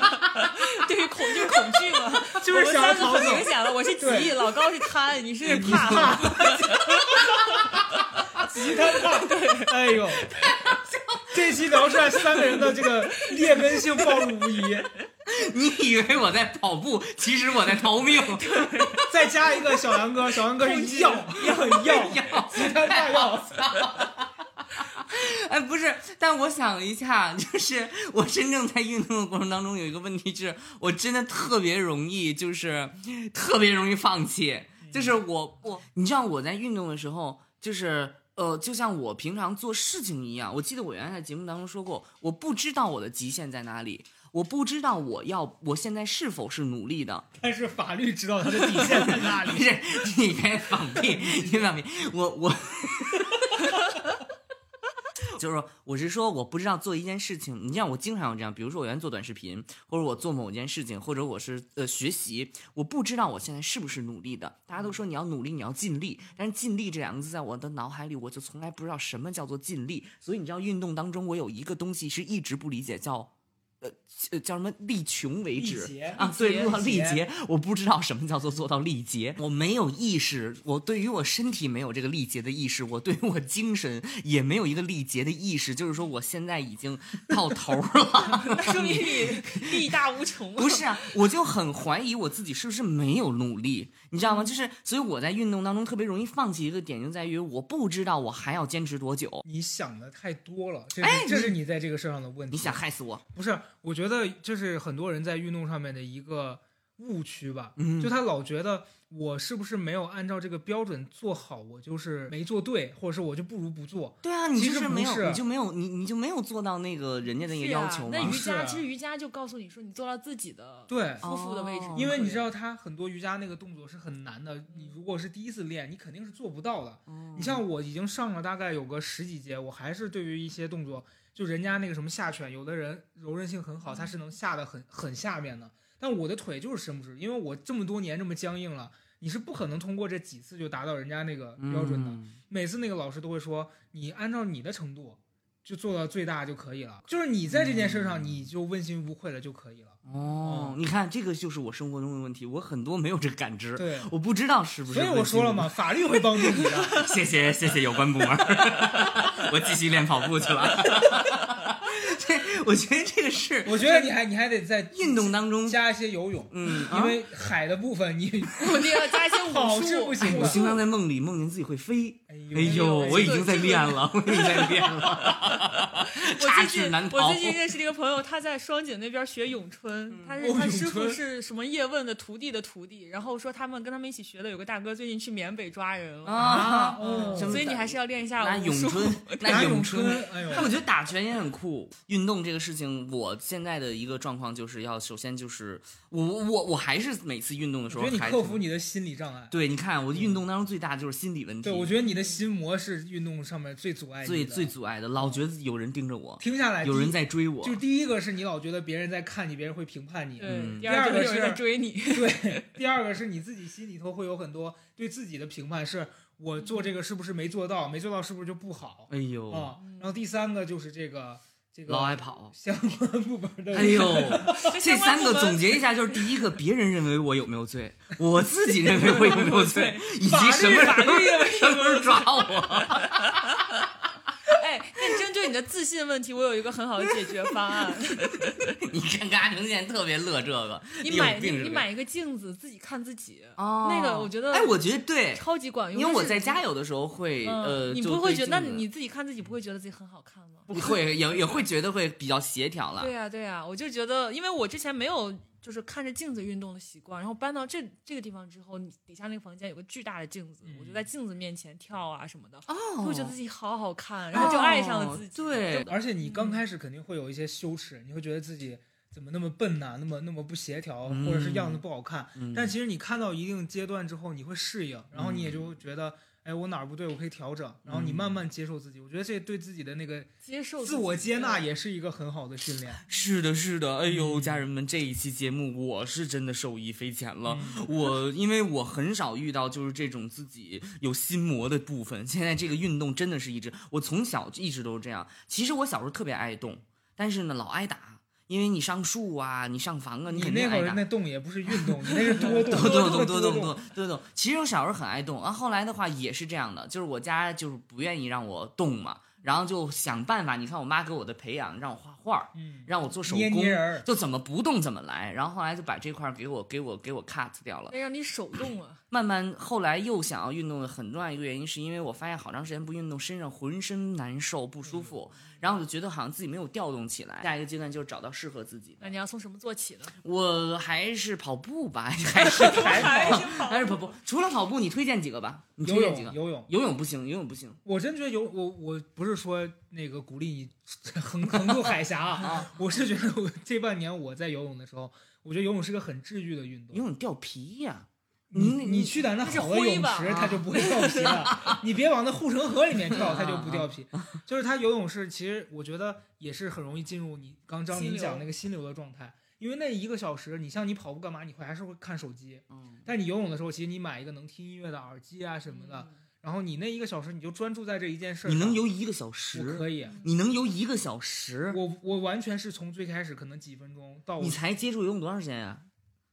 [SPEAKER 4] 对于恐惧恐 惧嘛，
[SPEAKER 2] 就
[SPEAKER 4] 我
[SPEAKER 2] 是
[SPEAKER 4] 们
[SPEAKER 2] 想
[SPEAKER 4] 三个
[SPEAKER 2] 逃
[SPEAKER 4] 很
[SPEAKER 2] 走。
[SPEAKER 4] 明显了，我是急
[SPEAKER 2] 对，
[SPEAKER 4] 老高是贪，你是
[SPEAKER 2] 你
[SPEAKER 4] 怕。
[SPEAKER 2] 吉他怕，哎 呦，这期聊出来三个人的这个劣根性暴露无遗，
[SPEAKER 3] 你以为我在跑步，其实我在逃命。
[SPEAKER 2] 再加一个小杨哥，小杨哥是药药药吉他怕药，
[SPEAKER 3] 哎，不是，但我想一下，就是我真正在运动的过程当中有一个问题是，我真的特别容易，就是特别容易放弃。就是我我，你知道我在运动的时候，就是呃，就像我平常做事情一样。我记得我原来在节目当中说过，我不知道我的极限在哪里，我不知道我要我现在是否是努力的，
[SPEAKER 2] 但是法律知道他的底线在 哪
[SPEAKER 3] 不
[SPEAKER 2] 里。
[SPEAKER 3] 是，你别放屁，你别放屁，我我。 就是说我是说，我不知道做一件事情。你像我经常有这样，比如说我原来做短视频，或者我做某件事情，或者我是呃学习，我不知道我现在是不是努力的。大家都说你要努力，你要尽力，但是尽力这两个字在我的脑海里，我就从来不知道什么叫做尽力。所以你知道，运动当中我有一个东西是一直不理解，叫呃呃叫什么力穷为止
[SPEAKER 2] 力竭
[SPEAKER 3] 啊，对，
[SPEAKER 2] 竭
[SPEAKER 3] 做到力
[SPEAKER 2] 力竭
[SPEAKER 3] 竭。我不知道什么叫做做到力竭，我没有意识，我对于我身体没有这个力竭的意识，我对于我精神也没有一个力竭的意识，就是说我现在已经到头了。
[SPEAKER 4] 说明你力大无穷。
[SPEAKER 3] 不是啊，我就很怀疑我自己是不是没有努力，你知道吗？就是，所以我在运动当中特别容易放弃一个点，就在于我不知道我还要坚持多久。
[SPEAKER 2] 你想的太多了，这
[SPEAKER 3] 哎
[SPEAKER 2] 是这
[SPEAKER 3] 你
[SPEAKER 2] 是你在这个事儿上的问题。
[SPEAKER 3] 你想害死我？
[SPEAKER 2] 不是，我觉得这是很多人在运动上面的一个误区吧。
[SPEAKER 3] 嗯
[SPEAKER 2] 就他老觉得我是不是没有按照这个标准做好，我就是没做对，或者是我就不如不做。
[SPEAKER 3] 对啊，你
[SPEAKER 2] 其
[SPEAKER 3] 就
[SPEAKER 2] 实
[SPEAKER 3] 是
[SPEAKER 2] 不
[SPEAKER 3] 没有，
[SPEAKER 2] 是
[SPEAKER 3] 你就没有，你你就没有做到那个人家的那个
[SPEAKER 4] 是
[SPEAKER 3] 要
[SPEAKER 4] 啊
[SPEAKER 3] 求吗？
[SPEAKER 4] 那瑜
[SPEAKER 2] 是啊
[SPEAKER 4] 伽其实瑜伽就告诉你说，你做到自己的
[SPEAKER 2] 对，
[SPEAKER 4] 舒服的位置
[SPEAKER 3] 哦，
[SPEAKER 2] 因为你知道他很多瑜伽那个动作是很难的，你如果是第一次练，你肯定是做不到的。
[SPEAKER 3] 哦
[SPEAKER 2] 你像我已经上了大概有个十几节，我还是对于一些动作，就人家那个什么下犬，有的人柔韧性很好，他是
[SPEAKER 3] 嗯
[SPEAKER 2] 能下的很很下面的，但我的腿就是伸不直，因为我这么多年这么僵硬了，你是不可能通过这几次就达到人家那个标准的。
[SPEAKER 3] 嗯
[SPEAKER 2] 每次那个老师都会说，你按照你的程度就做到最大就可以了，就是你在这件事上
[SPEAKER 3] 嗯
[SPEAKER 2] 你就问心无愧了就可以了。
[SPEAKER 3] 哦，你看，这个就是我生活中的问题，我很多没有这个感知，
[SPEAKER 2] 对，
[SPEAKER 3] 我不知道是不是。
[SPEAKER 2] 所以我说 了嘛，，法律会帮助你的。
[SPEAKER 3] 谢谢谢谢有关部门儿， 我继续练跑步去了。 这我觉得这个是
[SPEAKER 2] 我觉得你还你还得再
[SPEAKER 3] 运动当中，
[SPEAKER 2] 加一些游泳，
[SPEAKER 3] 嗯，
[SPEAKER 2] 因
[SPEAKER 3] 啊
[SPEAKER 2] 为海的部分你
[SPEAKER 3] 嗯
[SPEAKER 4] 我定要加一些
[SPEAKER 2] 好
[SPEAKER 4] 武
[SPEAKER 2] 是
[SPEAKER 4] 术，
[SPEAKER 2] 不行
[SPEAKER 3] 我
[SPEAKER 2] 的。
[SPEAKER 3] 经常在梦里梦见自己会飞，
[SPEAKER 2] 哎
[SPEAKER 3] 哎呦，我已经在练了，我已经在练了， 插
[SPEAKER 4] 我最
[SPEAKER 3] 翅
[SPEAKER 4] 近
[SPEAKER 3] 难
[SPEAKER 4] 我
[SPEAKER 3] 逃
[SPEAKER 4] 最。近认识了一个朋友，他在双井那边学咏
[SPEAKER 3] 嗯
[SPEAKER 4] 春，他是
[SPEAKER 2] 哦
[SPEAKER 4] 他
[SPEAKER 2] 咏
[SPEAKER 4] 师傅
[SPEAKER 2] 春
[SPEAKER 4] 是什么叶问的徒弟的徒弟，然后说他们跟他们一起学的有个大哥最近去缅北抓人了，
[SPEAKER 2] 啊
[SPEAKER 3] 啊！
[SPEAKER 2] 哦，
[SPEAKER 3] 真
[SPEAKER 4] 所以
[SPEAKER 3] 的
[SPEAKER 4] 你还是要练一下
[SPEAKER 3] 那
[SPEAKER 4] 武
[SPEAKER 3] 咏
[SPEAKER 4] 术。
[SPEAKER 3] 春，那
[SPEAKER 2] 打咏
[SPEAKER 3] 咏春
[SPEAKER 2] 春，哎呦，
[SPEAKER 3] 但我觉得打拳也很酷。运动这个事情，我现在的一个状况就是要，首先就是我我我还是每次运动的时
[SPEAKER 2] 我
[SPEAKER 3] 候
[SPEAKER 2] 觉得你
[SPEAKER 3] 还
[SPEAKER 2] 克服你的心理障碍。
[SPEAKER 3] 对，你看我运动当中最大的就是心理问题，
[SPEAKER 2] 对，我觉得你的心魔是运动上面最阻碍你
[SPEAKER 3] 最
[SPEAKER 2] 的
[SPEAKER 3] 最阻碍的，老觉得有人盯着我，
[SPEAKER 2] 听下来，
[SPEAKER 3] 有
[SPEAKER 2] 第一
[SPEAKER 3] 人在追我
[SPEAKER 2] 就，第一个是你老觉得别人在看你，别人会评判你。
[SPEAKER 4] 对，
[SPEAKER 3] 嗯
[SPEAKER 4] 第二就
[SPEAKER 2] 第二个是
[SPEAKER 4] 是有人在追你，
[SPEAKER 2] 对，第二个是你自己心里头会有很多对自己的评判，是我做这个是不是没做到，没做到是不是就不好
[SPEAKER 3] 哎呦，
[SPEAKER 2] 啊？然后第三个就是这个这
[SPEAKER 3] 老
[SPEAKER 2] 个
[SPEAKER 3] 爱 跑。
[SPEAKER 2] 相关部门的，
[SPEAKER 3] 哎呦，
[SPEAKER 4] 相
[SPEAKER 3] 这
[SPEAKER 4] 关
[SPEAKER 3] 三
[SPEAKER 4] 部
[SPEAKER 3] 个
[SPEAKER 4] 门
[SPEAKER 3] 总结一下，就是第一个，别人认为我有没有罪，我自己认为我有没有罪，以
[SPEAKER 4] 法
[SPEAKER 3] 及什么
[SPEAKER 4] 律
[SPEAKER 3] 时
[SPEAKER 4] 法
[SPEAKER 3] 候
[SPEAKER 4] 律认为
[SPEAKER 3] 什么时候抓我。
[SPEAKER 4] 哎，那针对你的自信问题，我有一个很好的解决 方案。
[SPEAKER 3] 你看看阿宁现在特别乐这个，
[SPEAKER 4] 你
[SPEAKER 3] 有
[SPEAKER 4] 买你
[SPEAKER 3] 病是
[SPEAKER 4] 你
[SPEAKER 3] 吧
[SPEAKER 4] 买一个镜子，自己看自己，
[SPEAKER 3] 哦
[SPEAKER 4] 那个我觉得
[SPEAKER 3] 哎，我觉得对，
[SPEAKER 4] 超级管用。
[SPEAKER 3] 因为我
[SPEAKER 4] 哎就是
[SPEAKER 3] 在家有的时候会
[SPEAKER 4] 嗯
[SPEAKER 3] 呃，
[SPEAKER 4] 你
[SPEAKER 3] 就
[SPEAKER 4] 不会
[SPEAKER 3] 对
[SPEAKER 4] 觉得，那
[SPEAKER 3] 镜子
[SPEAKER 4] 你自己看自己不会觉得自己很好看吗？
[SPEAKER 3] 你会也也会觉得会比较协调了
[SPEAKER 4] 对。啊呀、对呀、我就觉得，因为我之前没有就是看着镜子运动的习惯，然后搬到这这个地方之后，你底下那个房间有个巨大的镜子，我就在镜子面前跳啊什么的，
[SPEAKER 3] 嗯哦
[SPEAKER 4] 会觉得自己好好看，然后就爱上了自己。
[SPEAKER 3] 对，
[SPEAKER 2] 而且你刚开始肯定会有一些羞耻，你会觉得自己怎么那么笨呐、那么那么不协调，
[SPEAKER 3] 嗯
[SPEAKER 2] 或者是样子不好看。
[SPEAKER 3] 嗯
[SPEAKER 2] 但其实你看到一定阶段之后，你会适应，然后你也
[SPEAKER 3] 嗯
[SPEAKER 2] 就觉得，哎，我哪儿不对，我可以调整，然后你慢慢接受自己。我觉得这对自己的那个
[SPEAKER 4] 接受
[SPEAKER 2] 自我接纳
[SPEAKER 4] 也。
[SPEAKER 2] 也是一个很好的训练。
[SPEAKER 3] 是的，是的，哎呦，家人们，这一期节目我是真的受益匪浅了。
[SPEAKER 4] 嗯
[SPEAKER 3] 我因为我很少遇到就是这种自己有心魔的部分，现在这个运动真的是一直，我从小一直都是这样。其实我小时候特别爱动，但是呢老挨打，因为你上树啊，你上房啊，
[SPEAKER 2] 你
[SPEAKER 3] 肯
[SPEAKER 2] 那
[SPEAKER 3] 定
[SPEAKER 2] 会
[SPEAKER 3] 挨
[SPEAKER 2] 儿
[SPEAKER 3] 打。
[SPEAKER 2] 那动也不是运动，你那 是多 动多
[SPEAKER 3] 多动多动
[SPEAKER 2] 动
[SPEAKER 3] 多动多动。其实我小时候很爱动，啊，后来的话也是这样的，就是我家就是不愿意让我动嘛，然后就想办法。你看我妈给我的培养，让我画画，
[SPEAKER 2] 嗯，
[SPEAKER 3] 让我做手
[SPEAKER 2] 捏
[SPEAKER 3] 工
[SPEAKER 2] 捏，人儿。
[SPEAKER 3] 就怎么不动怎么来。然后后来就把这块儿给我给我给我 cut 掉了。
[SPEAKER 4] 那让你手动啊，
[SPEAKER 3] 慢慢后来又想要运动的很重要一个原因，是因为我发现好长时间不运动，身上浑身难受不舒服，然后我就觉得好像自己没有调动起来。下一个阶段就是找到适合自己的
[SPEAKER 4] 那。你要从什么做起呢？
[SPEAKER 3] 我还是跑步吧，还是还
[SPEAKER 4] 还是跑
[SPEAKER 3] 还是跑步。除了跑步，你推荐几个吧？你推
[SPEAKER 2] 游
[SPEAKER 3] 荐几
[SPEAKER 2] 泳，
[SPEAKER 3] 个？
[SPEAKER 2] 游泳，
[SPEAKER 3] 游泳不行，游泳不行。
[SPEAKER 2] 我真觉得游我我不是说那个鼓励你横横渡海峡啊，我是觉得我这半年我在游泳的时候，我觉得游泳是个很治愈的运
[SPEAKER 3] 游
[SPEAKER 2] 动。
[SPEAKER 3] 泳掉皮呀、
[SPEAKER 2] 你
[SPEAKER 3] 你
[SPEAKER 2] 你去点那
[SPEAKER 4] 那是
[SPEAKER 2] 好的
[SPEAKER 4] 灰
[SPEAKER 2] 泳
[SPEAKER 4] 吧
[SPEAKER 2] 池，
[SPEAKER 4] 啊
[SPEAKER 2] 它就不会掉皮了。你别往那护城河里面跳，它就不掉皮。就是它游泳是，其实我觉得也是很容易进入你刚张
[SPEAKER 4] 心
[SPEAKER 2] 明
[SPEAKER 4] 流
[SPEAKER 2] 讲那个心流的状态，因为那一个小时，你像你跑步干嘛，你会还是会看手机。
[SPEAKER 3] 嗯，
[SPEAKER 2] 但你游泳的时候，其实你买一个能听音乐的耳机啊什么
[SPEAKER 4] 嗯
[SPEAKER 2] 的，然后你那一个小时你就专注在这一件事儿
[SPEAKER 3] 你
[SPEAKER 2] 上。
[SPEAKER 3] 能游一个小
[SPEAKER 2] 我
[SPEAKER 3] 时，
[SPEAKER 2] 可以，
[SPEAKER 3] 你能游一个小时，
[SPEAKER 2] 我我完全是从最开始可能几分钟到我
[SPEAKER 3] 你才接触游泳多长时间呀、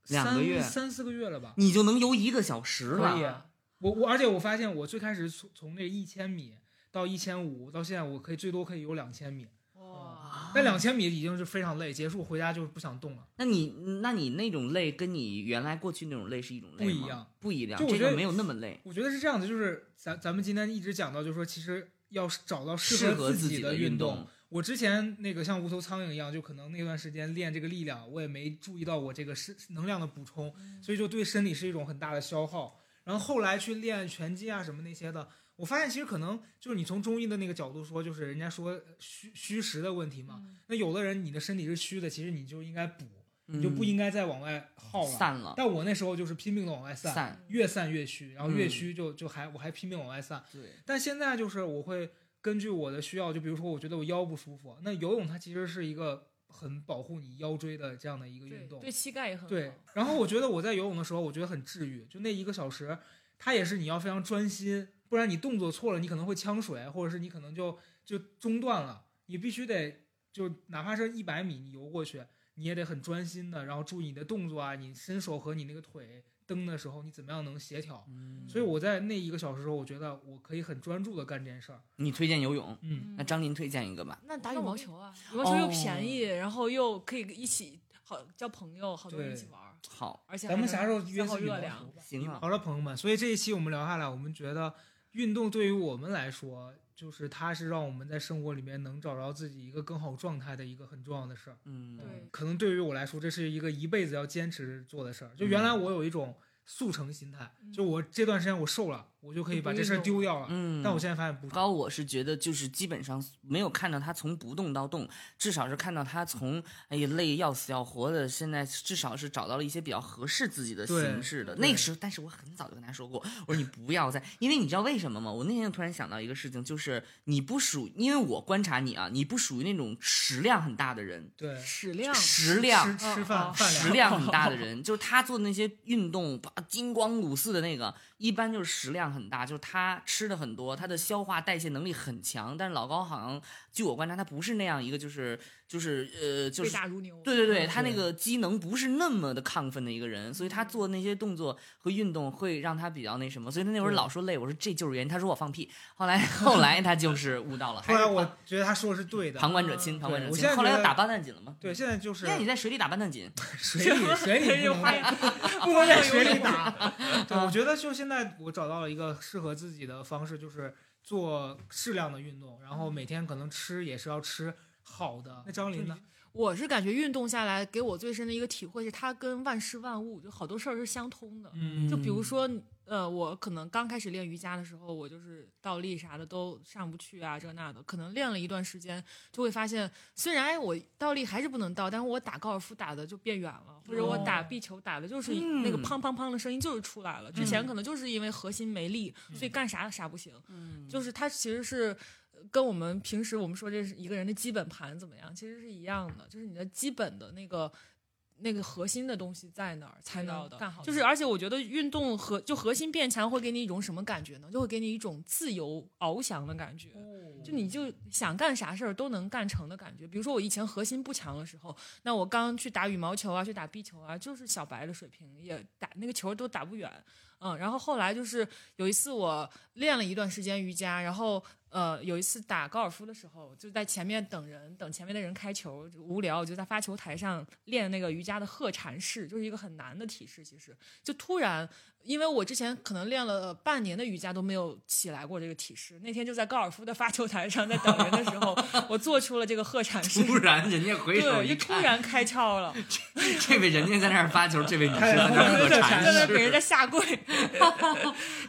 [SPEAKER 3] 两
[SPEAKER 2] 三
[SPEAKER 3] 个月
[SPEAKER 2] 三四个月了吧？
[SPEAKER 3] 你就能游一个小时
[SPEAKER 2] 可以
[SPEAKER 3] 了。
[SPEAKER 2] 啊，我我而且我发现我最开始从从那一千米到一千五，到现在我可以最多可以游两千米，
[SPEAKER 4] 哇，
[SPEAKER 2] 但嗯两千米已经是非常累，结束回家就是不想动了。
[SPEAKER 3] 那你那你那种累，跟你原来过去那种累是一种累
[SPEAKER 2] 不一
[SPEAKER 3] 吗
[SPEAKER 2] 样，
[SPEAKER 3] 不一样
[SPEAKER 2] 就，我
[SPEAKER 3] 这
[SPEAKER 2] 觉
[SPEAKER 3] 个
[SPEAKER 2] 得
[SPEAKER 3] 没有那么累。
[SPEAKER 2] 我觉得是这样的，就是咱咱们今天一直讲到，就是说其实要是找到
[SPEAKER 3] 适
[SPEAKER 2] 合
[SPEAKER 3] 合自己
[SPEAKER 2] 的
[SPEAKER 3] 的运
[SPEAKER 2] 动。
[SPEAKER 3] 动，
[SPEAKER 2] 我之前那个像无头苍蝇一样，就可能那段时间练这个力量，我也没注意到我这个是能量的补充，所以就对身体是一种很大的消耗。然后后来去练拳击啊什么那些的，我发现其实可能就是你从中医的那个角度说，就是人家说呃虚虚实的问题嘛。那有的人你的身体是虚的，其实你就应该补，你
[SPEAKER 3] 你
[SPEAKER 2] 就不应该再往外耗了。
[SPEAKER 3] 嗯散了，
[SPEAKER 2] 但我那时候就是拼命的往外散，
[SPEAKER 3] 散。
[SPEAKER 2] 越散越虚，然后越
[SPEAKER 3] 嗯
[SPEAKER 2] 虚就就还我还拼命往外散。
[SPEAKER 3] 对，
[SPEAKER 2] 但现在就是我会根据我的需要，就比如说我觉得我腰不舒服，那游泳它其实是一个很保护你腰椎的这样的一个
[SPEAKER 4] 对
[SPEAKER 2] 运动。
[SPEAKER 4] 对膝盖也很好。
[SPEAKER 2] 对，然后我觉得我在游泳的时候，我觉得很治愈，就那一个小时，它也是你要非常专心，不然你动作错了，你可能会呛水，或者是你可能就就中断了。你必须得就哪怕是一百米，你游过去，你也得很专心的，然后注意你的动作啊，你伸手和你那个腿蹬的时候，你怎么样能协调。所以我在那一个小时时候，我觉得我可以很专注的干这件事儿。
[SPEAKER 3] 你推荐游泳，
[SPEAKER 2] 嗯，
[SPEAKER 3] 那张琳推荐一个吧。
[SPEAKER 4] 那打羽
[SPEAKER 1] 那我
[SPEAKER 4] 毛
[SPEAKER 1] 就
[SPEAKER 4] 球啊，羽毛球又
[SPEAKER 3] 哦
[SPEAKER 4] 便宜，然后又可以一起好交朋友，好多人一起
[SPEAKER 2] 对
[SPEAKER 4] 玩儿，
[SPEAKER 3] 好，
[SPEAKER 4] 而且
[SPEAKER 2] 咱们
[SPEAKER 4] 还
[SPEAKER 2] 啥时
[SPEAKER 4] 能
[SPEAKER 2] 候约
[SPEAKER 4] 消耗
[SPEAKER 2] 次羽
[SPEAKER 4] 热
[SPEAKER 2] 毛
[SPEAKER 4] 量
[SPEAKER 2] 球？吧？
[SPEAKER 3] 行啊，
[SPEAKER 2] 好了，朋友们，所以这一期我们聊下来，我们觉得运动对于我们来说，就是它是让我们在生活里面能找着自己一个更好状态的一个很重要的事儿。
[SPEAKER 3] 嗯，
[SPEAKER 4] 对
[SPEAKER 2] 可能对于我来说，这是一个一辈子要坚持做的事
[SPEAKER 3] 嗯
[SPEAKER 2] 儿。就原来我有一种速成心态，
[SPEAKER 4] 嗯
[SPEAKER 2] 就我这段时间我瘦了，我就可以把这事儿丢掉了。
[SPEAKER 3] 嗯，
[SPEAKER 2] 但我现在发现不是，
[SPEAKER 3] 高，我是觉得就是基本上没有看到他从不动到动，至少是看到他从哎呀累要死要活的，现在至少是找到了一些比较合适自己的
[SPEAKER 2] 对
[SPEAKER 3] 形式的。
[SPEAKER 2] 对
[SPEAKER 3] 那个时候，但是我很早就跟他说过，我说你不要再，因为你知道为什么吗？我那天又突然想到一个事情，就是你不属，因为我观察你啊，你不属于那种食量很大的人，
[SPEAKER 2] 对，
[SPEAKER 4] 矢量
[SPEAKER 3] 食量
[SPEAKER 2] 吃吃饭
[SPEAKER 4] 哦
[SPEAKER 2] 饭
[SPEAKER 3] 食
[SPEAKER 2] 量，
[SPEAKER 3] 量很大的人，就是他做的那些运动，把金光五四的那个，一般就是食量很大，就是他吃的很多，他的消化代谢能力很强。但是老高好像，据我观察，他不是那样一个，就是就是呃，就
[SPEAKER 4] 背
[SPEAKER 3] 是
[SPEAKER 4] 大如牛，
[SPEAKER 3] 对 对对，
[SPEAKER 2] 嗯
[SPEAKER 3] 他那
[SPEAKER 2] 对
[SPEAKER 3] 个机能不是那么的亢奋的一个人，所以他做那些动作和运动会让他比较那什么。所以他那会儿
[SPEAKER 2] 对
[SPEAKER 3] 老说累，我说这就是原因。他说我放屁，后来后来他就是悟到了，
[SPEAKER 2] 后
[SPEAKER 3] 还
[SPEAKER 2] 来
[SPEAKER 3] 是
[SPEAKER 2] 我觉得他说的是对的。
[SPEAKER 3] 旁观者清，
[SPEAKER 4] 嗯
[SPEAKER 3] 旁观者
[SPEAKER 2] 对我
[SPEAKER 3] 清
[SPEAKER 2] 现。在
[SPEAKER 3] 后来
[SPEAKER 2] 觉得
[SPEAKER 3] 又打八段锦了吗？
[SPEAKER 2] 对，现在就是
[SPEAKER 3] 现在你在水里打八段锦，
[SPEAKER 2] 水里水里不能
[SPEAKER 4] 哎
[SPEAKER 2] 打， 不能在水里打。 对，我觉得就现在我找到了一个适合自己的方式，就是做适量的运动，然后每天可能吃也是要吃好的。那张琳呢？
[SPEAKER 4] 我是感觉运动下来给我最深的一个体会是，它跟万事万物就好多事儿是相通的。
[SPEAKER 2] 嗯
[SPEAKER 4] 就比如说，呃，我可能刚开始练瑜伽的时候，我就是倒立啥的都上不去啊，这那的。可能练了一段时间，就会发现，虽然哎我倒立还是不能倒，但是我打高尔夫打的就变远了，或者我打
[SPEAKER 2] 哦
[SPEAKER 4] 壁球打的就是
[SPEAKER 3] 嗯
[SPEAKER 4] 那个砰砰砰的声音就是出来了。之
[SPEAKER 2] 嗯
[SPEAKER 4] 前可能就是因为核心没力，所以干啥啥不行。
[SPEAKER 3] 嗯
[SPEAKER 4] 就是它其实是呃跟我们平时我们说这是一个人的基本盘怎么样，其实是一样的，就是你的基本的那个。那个核心的东西在哪儿才
[SPEAKER 2] 要
[SPEAKER 4] 能
[SPEAKER 2] 的
[SPEAKER 4] 干好？就是，而且我觉得运动和就核心变强会给你一种什么感觉呢？就会给你一种自由翱翔的感觉。就你就想干啥事儿都能干成的感觉。比如说我以前核心不强的时候，那我刚去打羽毛球啊，去打壁球啊，就是小白的水平，也打那个球都打不远。嗯，然后后来就是有一次我练了一段时间瑜伽，然后呃有一次打高尔夫的时候，就在前面等人，等前面的人开球，就无聊，我就在发球台上练那个瑜伽的鹤禅式，就是一个很难的体式，其实就突然因为我之前可能练了半年的瑜伽都没有起来过这个体式，那天就在高尔夫的发球台上，在等人的时候，我做出了这个鹤禅式，
[SPEAKER 3] 突然人家回头
[SPEAKER 4] 对，
[SPEAKER 3] 一
[SPEAKER 4] 就突
[SPEAKER 3] 看，
[SPEAKER 4] 然开窍了，
[SPEAKER 3] 这位人家在那儿发球，这位女
[SPEAKER 2] 哎
[SPEAKER 3] 士在那儿喝
[SPEAKER 4] 在
[SPEAKER 3] 茶室，
[SPEAKER 4] 那给人家下跪，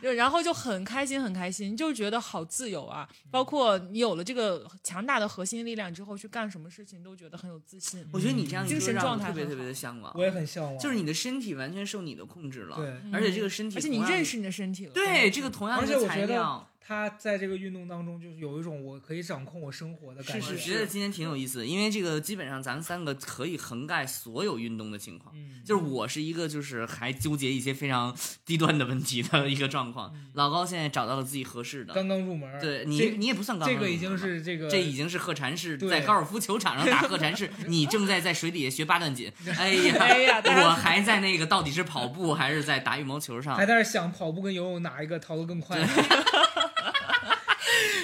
[SPEAKER 4] 就然后就很开心，很开心，就觉得好自由啊！包括你有了这个强大的核心力量之后，去干什么事情都觉得很有自信。
[SPEAKER 3] 我觉得你这样
[SPEAKER 4] 精神状态
[SPEAKER 3] 特别
[SPEAKER 4] 很
[SPEAKER 3] 特别
[SPEAKER 4] 好
[SPEAKER 3] 的向往
[SPEAKER 2] 我，也很向往，
[SPEAKER 3] 就是你的身体完全受你的控制了，
[SPEAKER 2] 对，
[SPEAKER 3] 嗯而且这个身体，
[SPEAKER 4] 嗯而且你认，识你的身体了，
[SPEAKER 3] 对这个同样
[SPEAKER 2] 而且
[SPEAKER 3] 的
[SPEAKER 2] 我
[SPEAKER 3] 材
[SPEAKER 2] 觉得
[SPEAKER 3] 料，
[SPEAKER 2] 他在这个运动当中就是有一种我可以掌控我生活的感觉。
[SPEAKER 3] 我
[SPEAKER 4] 是
[SPEAKER 3] 觉得今天挺有意思的，因为这个基本上咱们三个可以横盖所有运动的情况。
[SPEAKER 2] 嗯，
[SPEAKER 3] 就是我是一个，就是还纠结一些非常低端的问题的一个状况。
[SPEAKER 4] 嗯
[SPEAKER 3] 老高现在找到了自己合适的，
[SPEAKER 2] 刚刚入门儿，
[SPEAKER 3] 对你，
[SPEAKER 2] 这
[SPEAKER 3] 你也不算刚
[SPEAKER 2] 这
[SPEAKER 3] 入
[SPEAKER 2] 个已
[SPEAKER 3] 门
[SPEAKER 2] 经
[SPEAKER 3] 吧
[SPEAKER 2] 是这个
[SPEAKER 3] 这已经是贺禅式
[SPEAKER 2] 呃对
[SPEAKER 3] 在高尔夫球场上打贺禅式，你正在在水底下学八 段锦。哎呀，
[SPEAKER 4] 哎呀，大
[SPEAKER 3] 我
[SPEAKER 4] 家
[SPEAKER 3] 还在那个到底是跑步还是在打羽毛球上
[SPEAKER 2] 还？在那儿想跑步跟游泳哪一个逃得更快。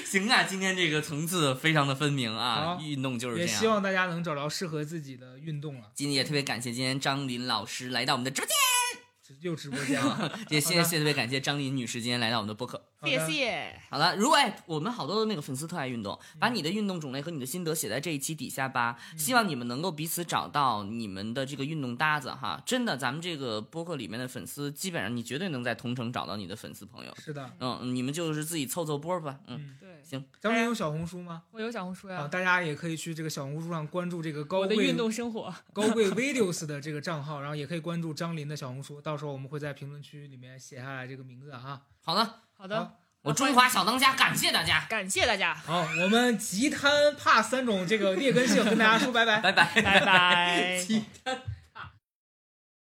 [SPEAKER 3] 行啊，今天这个层次非常的分明啊，
[SPEAKER 2] 好
[SPEAKER 3] 运动就是
[SPEAKER 2] 也
[SPEAKER 3] 这
[SPEAKER 2] 希
[SPEAKER 3] 样。
[SPEAKER 2] 望大家能找着适合自己的运动了，
[SPEAKER 3] 今天也特别感谢今天张琳老师来到我们的直播间，
[SPEAKER 2] 直又直播间 了，
[SPEAKER 3] 也谢谢特别感谢张琳女士今天来到我们的播客。
[SPEAKER 2] 好的
[SPEAKER 4] 谢。
[SPEAKER 3] 好了，如果哎，我们好多的那个粉丝特爱运动，把你的运动种类和你的心得写在这一期底下吧。希望你们能够彼此找到你们的这个运动搭子哈。真的，咱们这个播客里面的粉丝，基本上你绝对能在同城找到你的粉丝朋友。
[SPEAKER 2] 是的，
[SPEAKER 3] 嗯，你们就是自己凑凑波吧。嗯，
[SPEAKER 2] 嗯，
[SPEAKER 4] 对，
[SPEAKER 2] 咱们有小红书吗？
[SPEAKER 4] 我有小红书呀、
[SPEAKER 2] 啊，大家也可以去这个小红书上关注这个高
[SPEAKER 4] 我的
[SPEAKER 2] 贵
[SPEAKER 4] 运动生活。
[SPEAKER 2] 高贵 videos 的这个账号，然后也可以关注张琳的小红书，到时候我们会在评论区里面写下来这个名字啊。
[SPEAKER 3] 好了，
[SPEAKER 4] 好的，
[SPEAKER 2] 好
[SPEAKER 3] 我中华小当家感谢大家，
[SPEAKER 4] 感谢 大家，
[SPEAKER 2] 好，我们 极贪怕三种这个劣根性跟大家说拜拜。
[SPEAKER 3] 拜拜。
[SPEAKER 4] 拜拜。
[SPEAKER 3] 极